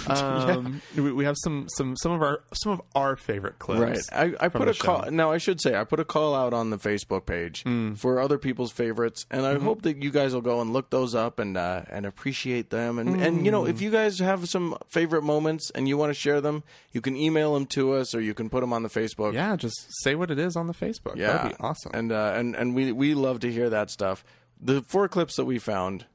[SPEAKER 2] Uh,
[SPEAKER 1] um, we, we have some some some of our some of our favorite clips.
[SPEAKER 2] Right. I, I
[SPEAKER 1] from
[SPEAKER 2] put
[SPEAKER 1] the
[SPEAKER 2] a call.
[SPEAKER 1] show. Hmm.
[SPEAKER 2] Now I should say I put a call out on the Facebook page for other people's favorites, and
[SPEAKER 1] Mm-hmm.
[SPEAKER 2] I hope that you guys will go and look those up and uh, and appreciate them. And and you
[SPEAKER 1] Mm.
[SPEAKER 2] know if you guys have some favorite moments and you want to share them, you can email them to us or you can put them on the Facebook.
[SPEAKER 1] Yeah. Just say what it is on the Facebook.
[SPEAKER 2] yeah,
[SPEAKER 1] That'd be awesome.
[SPEAKER 2] And uh, and and we we love to hear that stuff. The four clips that we found.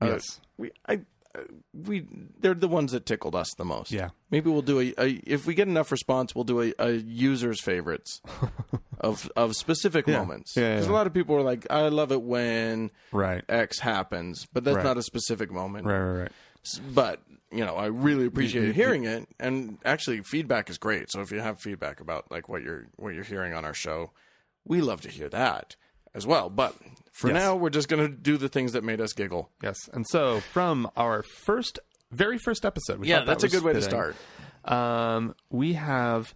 [SPEAKER 2] uh,
[SPEAKER 1] Yes.
[SPEAKER 2] we I. uh, We they're the ones that tickled us the most.
[SPEAKER 1] Yeah.
[SPEAKER 2] Maybe we'll do a, a if we get enough response, we'll do a, a user's favorites of of specific moments.
[SPEAKER 1] Yeah, yeah,
[SPEAKER 2] Because
[SPEAKER 1] yeah.
[SPEAKER 2] a lot of people are like, I love it when
[SPEAKER 1] right.
[SPEAKER 2] X happens, but that's
[SPEAKER 1] Right.
[SPEAKER 2] not a specific moment.
[SPEAKER 1] Right. Right. Right.
[SPEAKER 2] S- But you know, I really appreciate hearing it, and actually, feedback is great. So if you have feedback about like what you're what you're hearing on our show, we love to hear that as well. But for
[SPEAKER 1] Yes.
[SPEAKER 2] now, we're just gonna do the things that made us giggle.
[SPEAKER 1] Yes. And so from our first, very first episode, we
[SPEAKER 2] Yeah,
[SPEAKER 1] thought that
[SPEAKER 2] that's a
[SPEAKER 1] was
[SPEAKER 2] good way to
[SPEAKER 1] fitting.
[SPEAKER 2] start.
[SPEAKER 1] Um, we have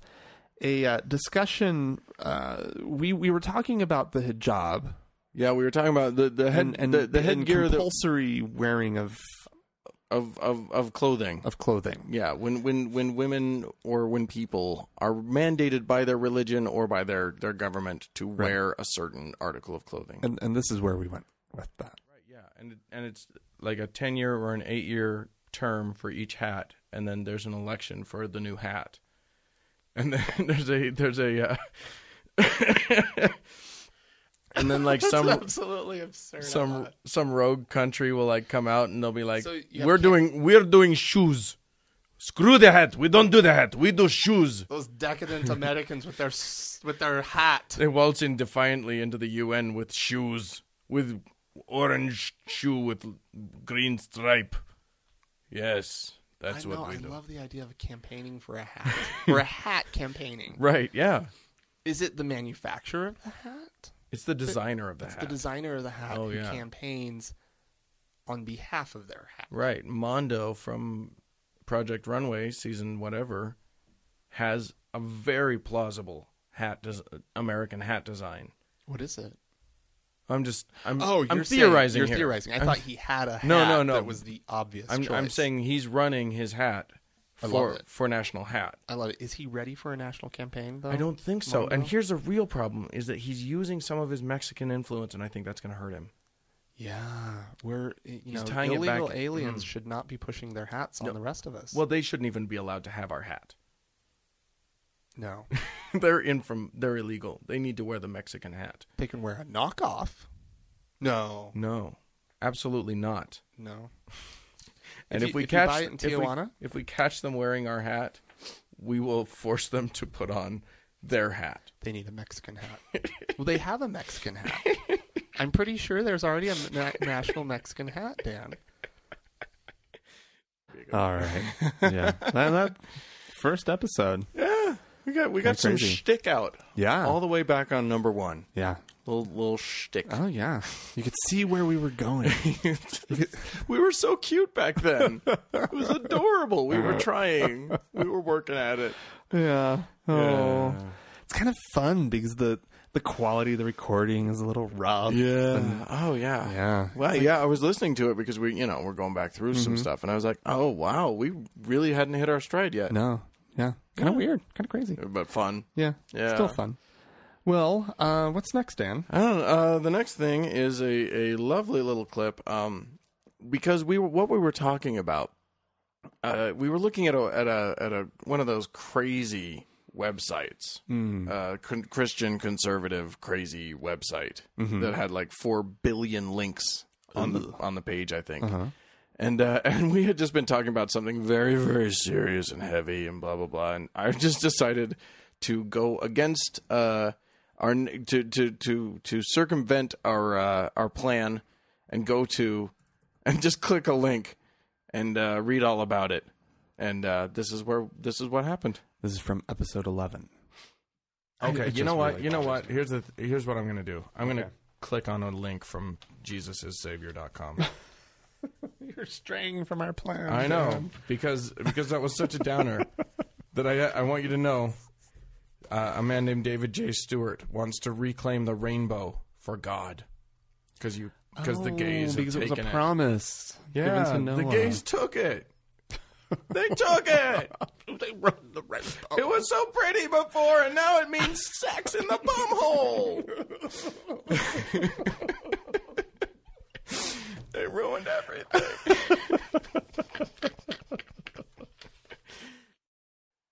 [SPEAKER 1] a uh, discussion. Uh, we we were talking about the hijab
[SPEAKER 2] Yeah, we were talking about the the head
[SPEAKER 1] and, and
[SPEAKER 2] the, the
[SPEAKER 1] and
[SPEAKER 2] headgear that,
[SPEAKER 1] compulsory wearing of
[SPEAKER 2] of of of clothing.
[SPEAKER 1] of clothing.
[SPEAKER 2] Yeah, when when when women or when people are mandated by their religion or by their their government to wear a certain article of clothing.
[SPEAKER 1] And and this is where we went with that.
[SPEAKER 2] Yeah, and it, and it's like a 10-year or an 8-year term for each hat and then there's an election for the new hat. And then there's a there's a uh, and then like some
[SPEAKER 1] Absolutely absurd.
[SPEAKER 2] some some rogue country will like come out and they'll be like,
[SPEAKER 1] So you have
[SPEAKER 2] "We're doing we're doing shoes. Screw the hat. We don't do the hat. We do shoes."
[SPEAKER 1] Those decadent Americans with their with their hat.
[SPEAKER 2] They waltz in defiantly into the UN with shoes, with orange shoe with l- green stripe. Yes, that's what we do.
[SPEAKER 7] the idea of campaigning for a hat. for a hat campaigning.
[SPEAKER 2] right? Yeah,
[SPEAKER 7] Is it the manufacturer of the hat?
[SPEAKER 2] it's the designer of the
[SPEAKER 7] It's
[SPEAKER 2] hat.
[SPEAKER 7] the designer of the hat
[SPEAKER 2] Oh,
[SPEAKER 7] who
[SPEAKER 2] yeah.
[SPEAKER 7] campaigns on behalf of their hat.
[SPEAKER 2] Right. Mondo from Project Runway season whatever has a very plausible hat des- American hat design.
[SPEAKER 7] What is it?
[SPEAKER 2] I'm just I'm
[SPEAKER 7] Oh, you're
[SPEAKER 2] I'm
[SPEAKER 7] saying-
[SPEAKER 2] theorizing
[SPEAKER 7] You're
[SPEAKER 2] here.
[SPEAKER 7] theorizing. I
[SPEAKER 2] I'm-
[SPEAKER 7] thought he had a hat
[SPEAKER 2] No, no, no.
[SPEAKER 7] that was the obvious
[SPEAKER 2] I'm, I'm
[SPEAKER 7] choice.
[SPEAKER 2] saying he's running his hat
[SPEAKER 7] I love
[SPEAKER 2] for
[SPEAKER 7] it.
[SPEAKER 2] for national hat.
[SPEAKER 7] I love it. Is he ready for a national campaign though?
[SPEAKER 2] I don't think so. And
[SPEAKER 7] Mondo?
[SPEAKER 2] here's the real problem is that he's using some of his Mexican influence and I think that's going to hurt him.
[SPEAKER 7] Yeah, we're you know
[SPEAKER 2] tying it back-
[SPEAKER 7] illegal aliens
[SPEAKER 2] Mm.
[SPEAKER 7] should not be pushing their hats on the rest of us.
[SPEAKER 2] Well, they shouldn't even be allowed to have our hat.
[SPEAKER 7] no,
[SPEAKER 2] they're in from they're illegal. They need to wear the Mexican hat.
[SPEAKER 7] they can wear a knockoff. No,
[SPEAKER 2] No. Absolutely not.
[SPEAKER 7] no.
[SPEAKER 2] And if,
[SPEAKER 7] If you-
[SPEAKER 2] we
[SPEAKER 7] if you
[SPEAKER 2] catch
[SPEAKER 7] buy it in
[SPEAKER 2] if we-
[SPEAKER 7] Tijuana?
[SPEAKER 2] if we, catch them wearing our hat, we will force them to put on their hat.
[SPEAKER 7] They need a Mexican hat. well, they have a Mexican hat. I'm pretty sure there's already a na- national Mexican hat, Dan.
[SPEAKER 2] ago.
[SPEAKER 1] All right. Yeah. that, that first episode.
[SPEAKER 2] Yeah, we got we got
[SPEAKER 1] That's
[SPEAKER 2] some
[SPEAKER 1] crazy.
[SPEAKER 2] shtick out.
[SPEAKER 1] Yeah.
[SPEAKER 2] all the way back on number one.
[SPEAKER 1] Yeah.
[SPEAKER 2] Little little shtick.
[SPEAKER 1] Oh yeah. You could see where we were going.
[SPEAKER 2] we were so cute back then. it was adorable. We were trying. We were working at it.
[SPEAKER 1] yeah. Oh. It's kind of fun because the the quality of the recording is a little rough.
[SPEAKER 2] And- oh yeah.
[SPEAKER 1] Yeah.
[SPEAKER 2] Well, yeah. I was listening to it because we, you know, we're going back through some stuff, and I was like, oh wow, we really hadn't hit our stride yet.
[SPEAKER 1] No. Yeah. Kind of weird. Kind of crazy.
[SPEAKER 2] But fun.
[SPEAKER 1] Yeah.
[SPEAKER 2] Yeah.
[SPEAKER 1] Still fun. Well, uh, what's next, Dan?
[SPEAKER 2] I don't know. Uh, the next thing is a, a lovely little clip. Um, because we were, what we were talking about, uh, we were looking at a, at a, at a, one of those crazy websites, uh, con- Christian conservative crazy website that had like 4 billion links on the, on the page, I think. And, uh, and we had just been talking about something very, very serious and heavy and blah, blah, blah. And I just decided to go against, uh, our to to to to circumvent our uh, our plan and go to and just click a link and uh, read all about it. And uh, this is where this is what happened.
[SPEAKER 1] This is from episode 11.
[SPEAKER 8] Okay,
[SPEAKER 2] It
[SPEAKER 8] you know
[SPEAKER 2] just
[SPEAKER 8] what?
[SPEAKER 2] really
[SPEAKER 8] you know what?
[SPEAKER 2] bothers
[SPEAKER 8] Here's the th- here's what I'm going to do. I'm going to click on a link from jesusissavior.com.
[SPEAKER 1] You're straying from our plan.
[SPEAKER 8] I know because because that was such a downer that I I want you to know. Uh, a man named David J. Stewart wants to reclaim the rainbow for God because you because the gays have
[SPEAKER 1] Oh, because it
[SPEAKER 8] taken
[SPEAKER 1] was a promise given to
[SPEAKER 8] the
[SPEAKER 1] Noah.
[SPEAKER 8] gays took it. They took it.
[SPEAKER 1] they run the rest.
[SPEAKER 8] It was so pretty before, and now it means sex in the bum hole. they ruined everything.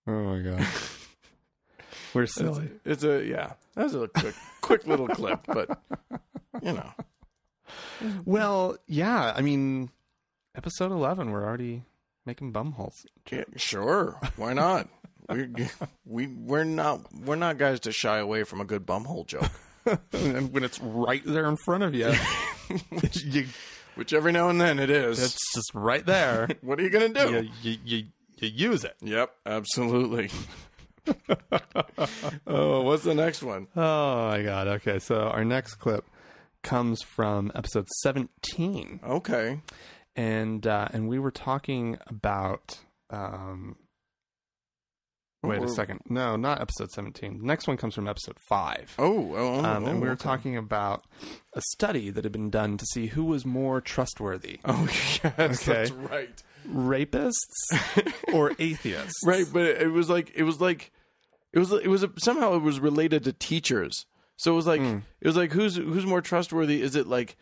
[SPEAKER 1] Oh my god, we're silly.
[SPEAKER 2] It's a yeah. That was a quick quick little clip, but you know.
[SPEAKER 1] Well, yeah. I mean, episode eleven. We're already making bumholes.
[SPEAKER 2] Yeah, sure, why not? We we we're not we're not guys to shy away from a good bumhole joke,
[SPEAKER 1] and when it's right there in front of you, you
[SPEAKER 2] which every now and then it is.
[SPEAKER 1] it's just right there.
[SPEAKER 2] what are you gonna do?
[SPEAKER 1] you, you you you use it.
[SPEAKER 2] Yep, absolutely. oh, what's the next one?
[SPEAKER 1] Oh my god. Okay, so our next clip comes from episode seventeen.
[SPEAKER 2] Okay.
[SPEAKER 1] and uh, and we were talking about. Um, wait a
[SPEAKER 2] Or-
[SPEAKER 1] second. No, not episode seventeen. The next one comes from episode five.
[SPEAKER 2] Oh, oh,
[SPEAKER 1] Um,
[SPEAKER 2] oh,
[SPEAKER 1] and we were
[SPEAKER 2] okay.
[SPEAKER 1] talking about a study that had been done to see who was more trustworthy,
[SPEAKER 2] Oh, yes, that's
[SPEAKER 1] Okay.
[SPEAKER 2] right.
[SPEAKER 1] rapists or atheists.
[SPEAKER 2] Right, but it, it was like it was like it was it was a, somehow it was related to teachers. So it was like
[SPEAKER 1] Hmm.
[SPEAKER 2] it was like who's who's more trustworthy? Is it like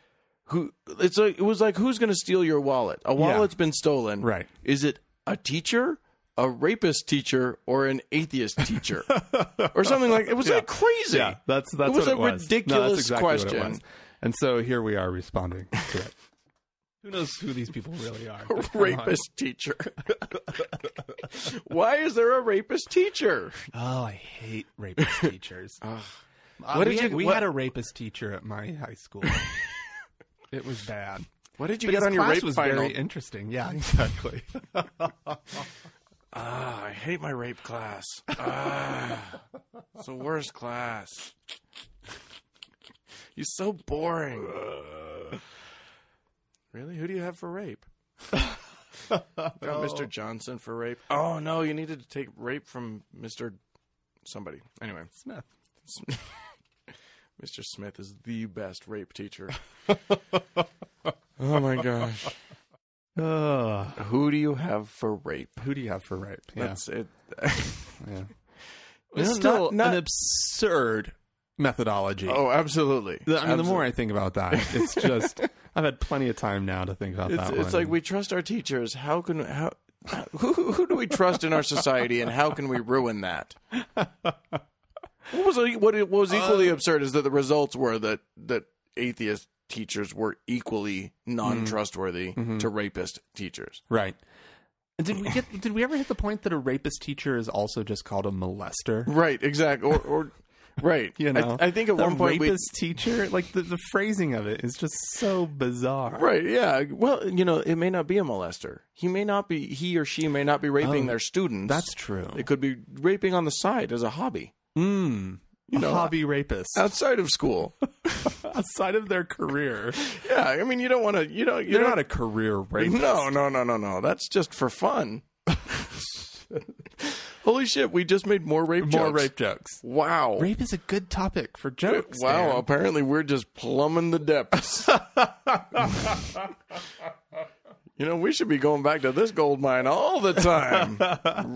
[SPEAKER 2] who? It's like it was like who's going to steal your wallet? A wallet's been stolen.
[SPEAKER 1] Right.
[SPEAKER 2] Is it a teacher? A rapist teacher or an atheist teacher, or something like it was like crazy.
[SPEAKER 1] Yeah, that's that's
[SPEAKER 2] it was
[SPEAKER 1] what
[SPEAKER 2] a
[SPEAKER 1] it was.
[SPEAKER 2] ridiculous
[SPEAKER 1] no, that's exactly what it
[SPEAKER 2] question.
[SPEAKER 1] was. And so here we are responding to it. who knows who these people really are?
[SPEAKER 2] rapist teacher. Why is there a rapist teacher?
[SPEAKER 9] Oh, I hate rapist teachers. Uh,
[SPEAKER 2] What
[SPEAKER 9] we
[SPEAKER 2] did
[SPEAKER 9] had,
[SPEAKER 2] you-
[SPEAKER 9] we
[SPEAKER 2] what-
[SPEAKER 9] had a rapist teacher at my high school. it was bad.
[SPEAKER 2] What did you
[SPEAKER 9] But
[SPEAKER 2] get
[SPEAKER 9] his
[SPEAKER 2] on your
[SPEAKER 9] class
[SPEAKER 2] rape
[SPEAKER 9] was
[SPEAKER 2] final?
[SPEAKER 9] very interesting. Yeah, exactly.
[SPEAKER 2] Ah, I hate my rape class. Ah, it's the worst class. You're so boring. Really? Who do you have for rape? Got Mr. Johnson for rape. Oh no, you needed to take rape from Mr. Somebody. Anyway,
[SPEAKER 9] Smith.
[SPEAKER 2] Mr. Smith is the best rape teacher. oh my gosh.
[SPEAKER 1] Ugh.
[SPEAKER 2] Who do you have for rape?
[SPEAKER 1] who do you have for rape? Yeah.
[SPEAKER 2] That's it.
[SPEAKER 1] yeah.
[SPEAKER 2] No,
[SPEAKER 1] It's still
[SPEAKER 2] not- not-
[SPEAKER 1] an absurd methodology.
[SPEAKER 2] oh, absolutely.
[SPEAKER 1] The- I mean, the more I think about that, it's just I've had plenty of time now to think about
[SPEAKER 2] It's,
[SPEAKER 1] that.
[SPEAKER 2] it's
[SPEAKER 1] one.
[SPEAKER 2] like we trust our teachers. How can how who, who do we trust in our society, and how can we ruin that? What was what, what was
[SPEAKER 1] Uh,
[SPEAKER 2] equally absurd is that the results were that that atheist teachers were equally non trustworthy
[SPEAKER 1] Mm-hmm.
[SPEAKER 2] to rapist teachers.
[SPEAKER 1] right. And did we get? Did we ever hit the point that a rapist teacher is also just called a molester?
[SPEAKER 2] Right, exactly. Or or Right.
[SPEAKER 1] You
[SPEAKER 2] I-
[SPEAKER 1] know,
[SPEAKER 2] I think at
[SPEAKER 1] The
[SPEAKER 2] one point we-
[SPEAKER 1] rapist teacher, like the, the phrasing of it is just so bizarre.
[SPEAKER 2] Right. Yeah. Well, you know, it may not be a molester. He may not be. He or she may not be raping their students.
[SPEAKER 1] Oh, That's true.
[SPEAKER 2] It could be raping on the side as a hobby
[SPEAKER 1] Mm,
[SPEAKER 2] You know,
[SPEAKER 1] hobby rapist
[SPEAKER 2] outside of school.
[SPEAKER 1] outside of their career.
[SPEAKER 2] yeah. I mean, you don't want to. You know, you
[SPEAKER 1] They're
[SPEAKER 2] don't,
[SPEAKER 1] not a career rapist.
[SPEAKER 2] No, no, no, no, no. That's just for fun. Holy shit! We just made more rape
[SPEAKER 1] more
[SPEAKER 2] jokes.
[SPEAKER 1] rape jokes.
[SPEAKER 2] Wow.
[SPEAKER 1] Rape is a good topic for jokes.
[SPEAKER 2] Wow,
[SPEAKER 1] Dan.
[SPEAKER 2] apparently we're just plumbing the depths. you know, we should be going back to this gold mine all the time.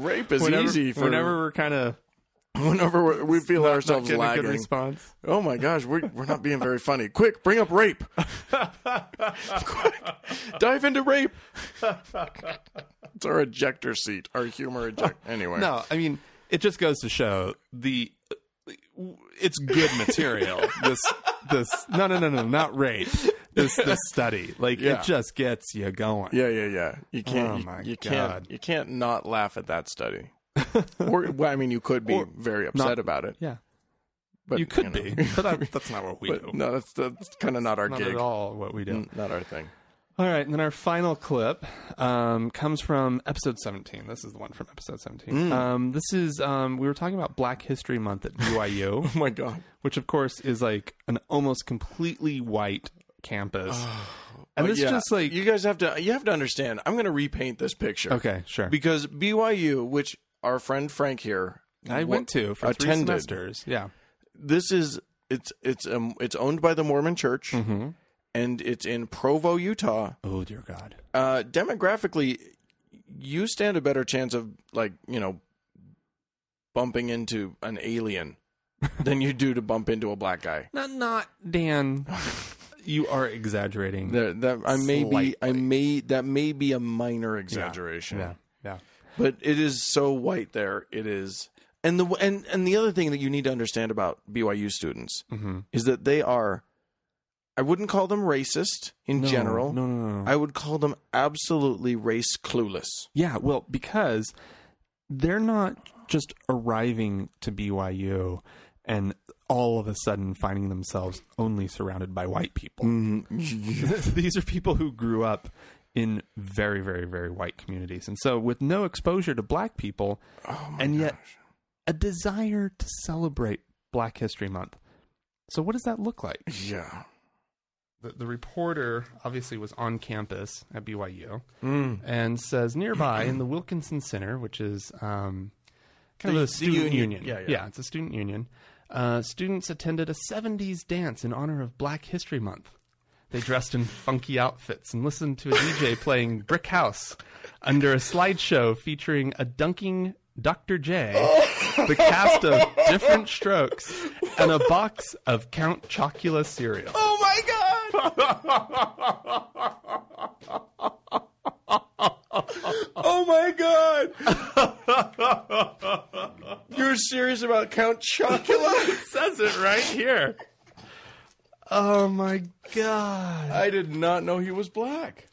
[SPEAKER 2] Rape is
[SPEAKER 1] whenever,
[SPEAKER 2] easy for
[SPEAKER 1] whenever we're kind of
[SPEAKER 2] whenever we- we feel
[SPEAKER 1] not
[SPEAKER 2] ourselves
[SPEAKER 1] getting a good
[SPEAKER 2] lagging.
[SPEAKER 1] response.
[SPEAKER 2] Oh my gosh, we're, we're not being very funny. Quick, bring up rape. Quick, dive into rape. it's our ejector seat, our humor eject. Anyway,
[SPEAKER 1] No, I mean it just goes to show the it's good material. this this no no no no not rape. This this study like
[SPEAKER 2] Yeah.
[SPEAKER 1] it just gets you going.
[SPEAKER 2] Yeah, yeah, yeah. You can't.
[SPEAKER 1] Oh,
[SPEAKER 2] you,
[SPEAKER 1] my
[SPEAKER 2] you
[SPEAKER 1] God.
[SPEAKER 2] can't. You can't not laugh at that study. or well, I mean, you could be
[SPEAKER 1] Or
[SPEAKER 2] very upset
[SPEAKER 1] not-
[SPEAKER 2] about it.
[SPEAKER 1] Yeah.
[SPEAKER 2] But
[SPEAKER 1] you could
[SPEAKER 2] know,
[SPEAKER 1] be, but that, that's not what we
[SPEAKER 2] but
[SPEAKER 1] do.
[SPEAKER 2] no, that's that's kind of not our
[SPEAKER 1] not
[SPEAKER 2] gig.
[SPEAKER 1] at all what we do.
[SPEAKER 2] Mm, Not our thing.
[SPEAKER 1] All right, and then our final clip um, comes from episode 17. This is the one from episode 17. Um, this is um, we were talking about Black History Month at BYU,
[SPEAKER 2] Oh my god.
[SPEAKER 1] which of course is like an almost completely white campus,
[SPEAKER 2] But
[SPEAKER 1] and this
[SPEAKER 2] yeah,
[SPEAKER 1] just like
[SPEAKER 2] you guys have to. You have to understand. I'm going to repaint this picture.
[SPEAKER 1] okay, sure.
[SPEAKER 2] Because BYU, which our friend Frank here,
[SPEAKER 1] I
[SPEAKER 2] wa-
[SPEAKER 1] went to for three
[SPEAKER 2] attended.
[SPEAKER 1] semesters. Yeah,
[SPEAKER 2] This is it's it's um it's owned by the Mormon Church,
[SPEAKER 1] Mm-hmm.
[SPEAKER 2] and it's in Provo, Utah.
[SPEAKER 1] oh dear God,
[SPEAKER 2] uh, demographically, you stand a better chance of like you know bumping into an alien than you do to bump into a black guy.
[SPEAKER 1] not not Dan. you are exaggerating.
[SPEAKER 2] There, that I may be, I may that may be a minor exaggeration,
[SPEAKER 1] yeah, yeah.
[SPEAKER 2] but it is so white there. It is, and the and and the other thing that you need to understand about BYU students
[SPEAKER 1] Mm-hmm.
[SPEAKER 2] is that they are. I wouldn't call them racist in
[SPEAKER 1] No,
[SPEAKER 2] general.
[SPEAKER 1] no, no, no, no.
[SPEAKER 2] I would call them absolutely race clueless.
[SPEAKER 1] Yeah, well, because they're not just arriving to BYU and all of a sudden finding themselves only surrounded by white people.
[SPEAKER 2] Mm.
[SPEAKER 1] Mm, These are people who grew up in very, very, very white communities. And so, with no exposure to black people, and yet a desire to celebrate Black History Month. So, what does that look like?
[SPEAKER 2] Yeah.
[SPEAKER 1] the, the reporter obviously was on campus at BYU
[SPEAKER 2] Mm.
[SPEAKER 1] and says nearby in the Wilkinson Center, which is um, kind
[SPEAKER 2] The-
[SPEAKER 1] of
[SPEAKER 2] the
[SPEAKER 1] a student
[SPEAKER 2] union.
[SPEAKER 1] union.
[SPEAKER 2] Yeah, yeah.
[SPEAKER 1] it's a student union. Uh, students attended a 70s dance in honor of Black History Month. They dressed in funky outfits and listened to a DJ playing Brick House under a slideshow featuring a dunking Dr. J, the cast of Different Strokes, and a box of Count Chocula cereal.
[SPEAKER 2] Oh my god. Oh my god! You're serious about Count Chocula?
[SPEAKER 1] says it right here. Oh my god.
[SPEAKER 2] I did not know he was black.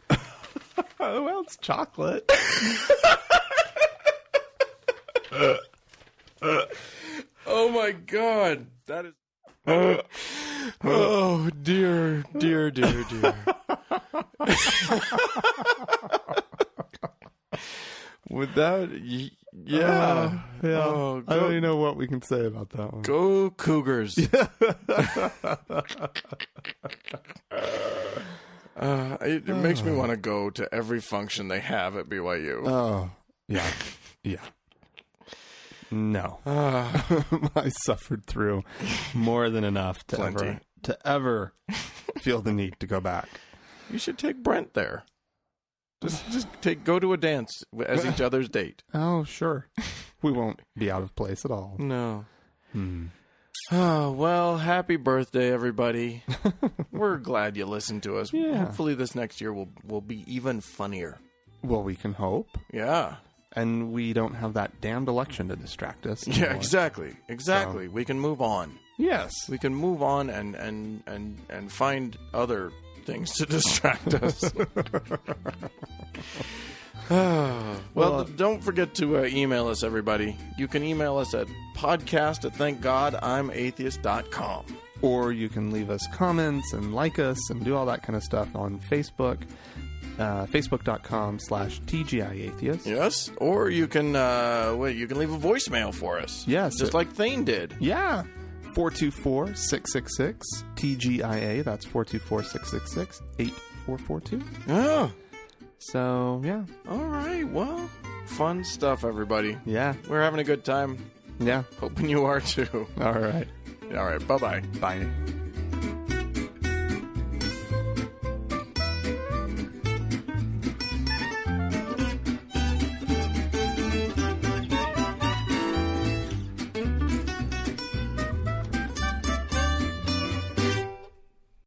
[SPEAKER 1] Oh, well, it's chocolate.
[SPEAKER 2] Oh my god, that is. oh dear, dear, dear, dear. Without, y- yeah,
[SPEAKER 1] Uh, Yeah.
[SPEAKER 2] Oh,
[SPEAKER 1] I
[SPEAKER 2] go-
[SPEAKER 1] don't even know what we can say about that one.
[SPEAKER 2] go Cougars. Uh, it, it makes me want to go to every function they have at BYU.
[SPEAKER 1] Oh, yeah. Yeah. No. I suffered through more than enough to
[SPEAKER 2] Plenty.
[SPEAKER 1] ever to ever feel the need to go back.
[SPEAKER 2] You should take Brent there. Just, just take go to a dance as each other's date.
[SPEAKER 1] Oh, sure. We won't be out of place at all.
[SPEAKER 2] No. Oh Hmm. well, happy birthday, everybody! We're glad you listened to us.
[SPEAKER 1] Yeah.
[SPEAKER 2] Hopefully, this next year will will be even funnier.
[SPEAKER 1] Well, we can hope.
[SPEAKER 2] Yeah,
[SPEAKER 1] And we don't have that damned election to distract us.
[SPEAKER 2] yeah,
[SPEAKER 1] anymore.
[SPEAKER 2] exactly, exactly. We can move on.
[SPEAKER 1] Yes.
[SPEAKER 2] We can move on and and and and find other things to distract us. well, well, don't forget to uh, email us, everybody. You can email us at podcast at thankgodimatheist.com.
[SPEAKER 1] Or you can leave us comments and like us and do all that kind of stuff on Facebook, uh, facebook.com slash TGIAtheist.
[SPEAKER 2] Yes, or you can uh, wait, you can leave a voicemail for us.
[SPEAKER 1] Yes,
[SPEAKER 2] just
[SPEAKER 1] it-
[SPEAKER 2] like Thane did.
[SPEAKER 1] Yeah. 424 666 TGIA. That's 424 666 8442.
[SPEAKER 2] Oh,
[SPEAKER 1] So, yeah.
[SPEAKER 2] all right. Well, fun stuff, everybody.
[SPEAKER 1] Yeah.
[SPEAKER 2] We're having a good time.
[SPEAKER 1] Yeah.
[SPEAKER 2] Hoping you are too.
[SPEAKER 1] All right.
[SPEAKER 2] All right. Bye bye.
[SPEAKER 1] Bye.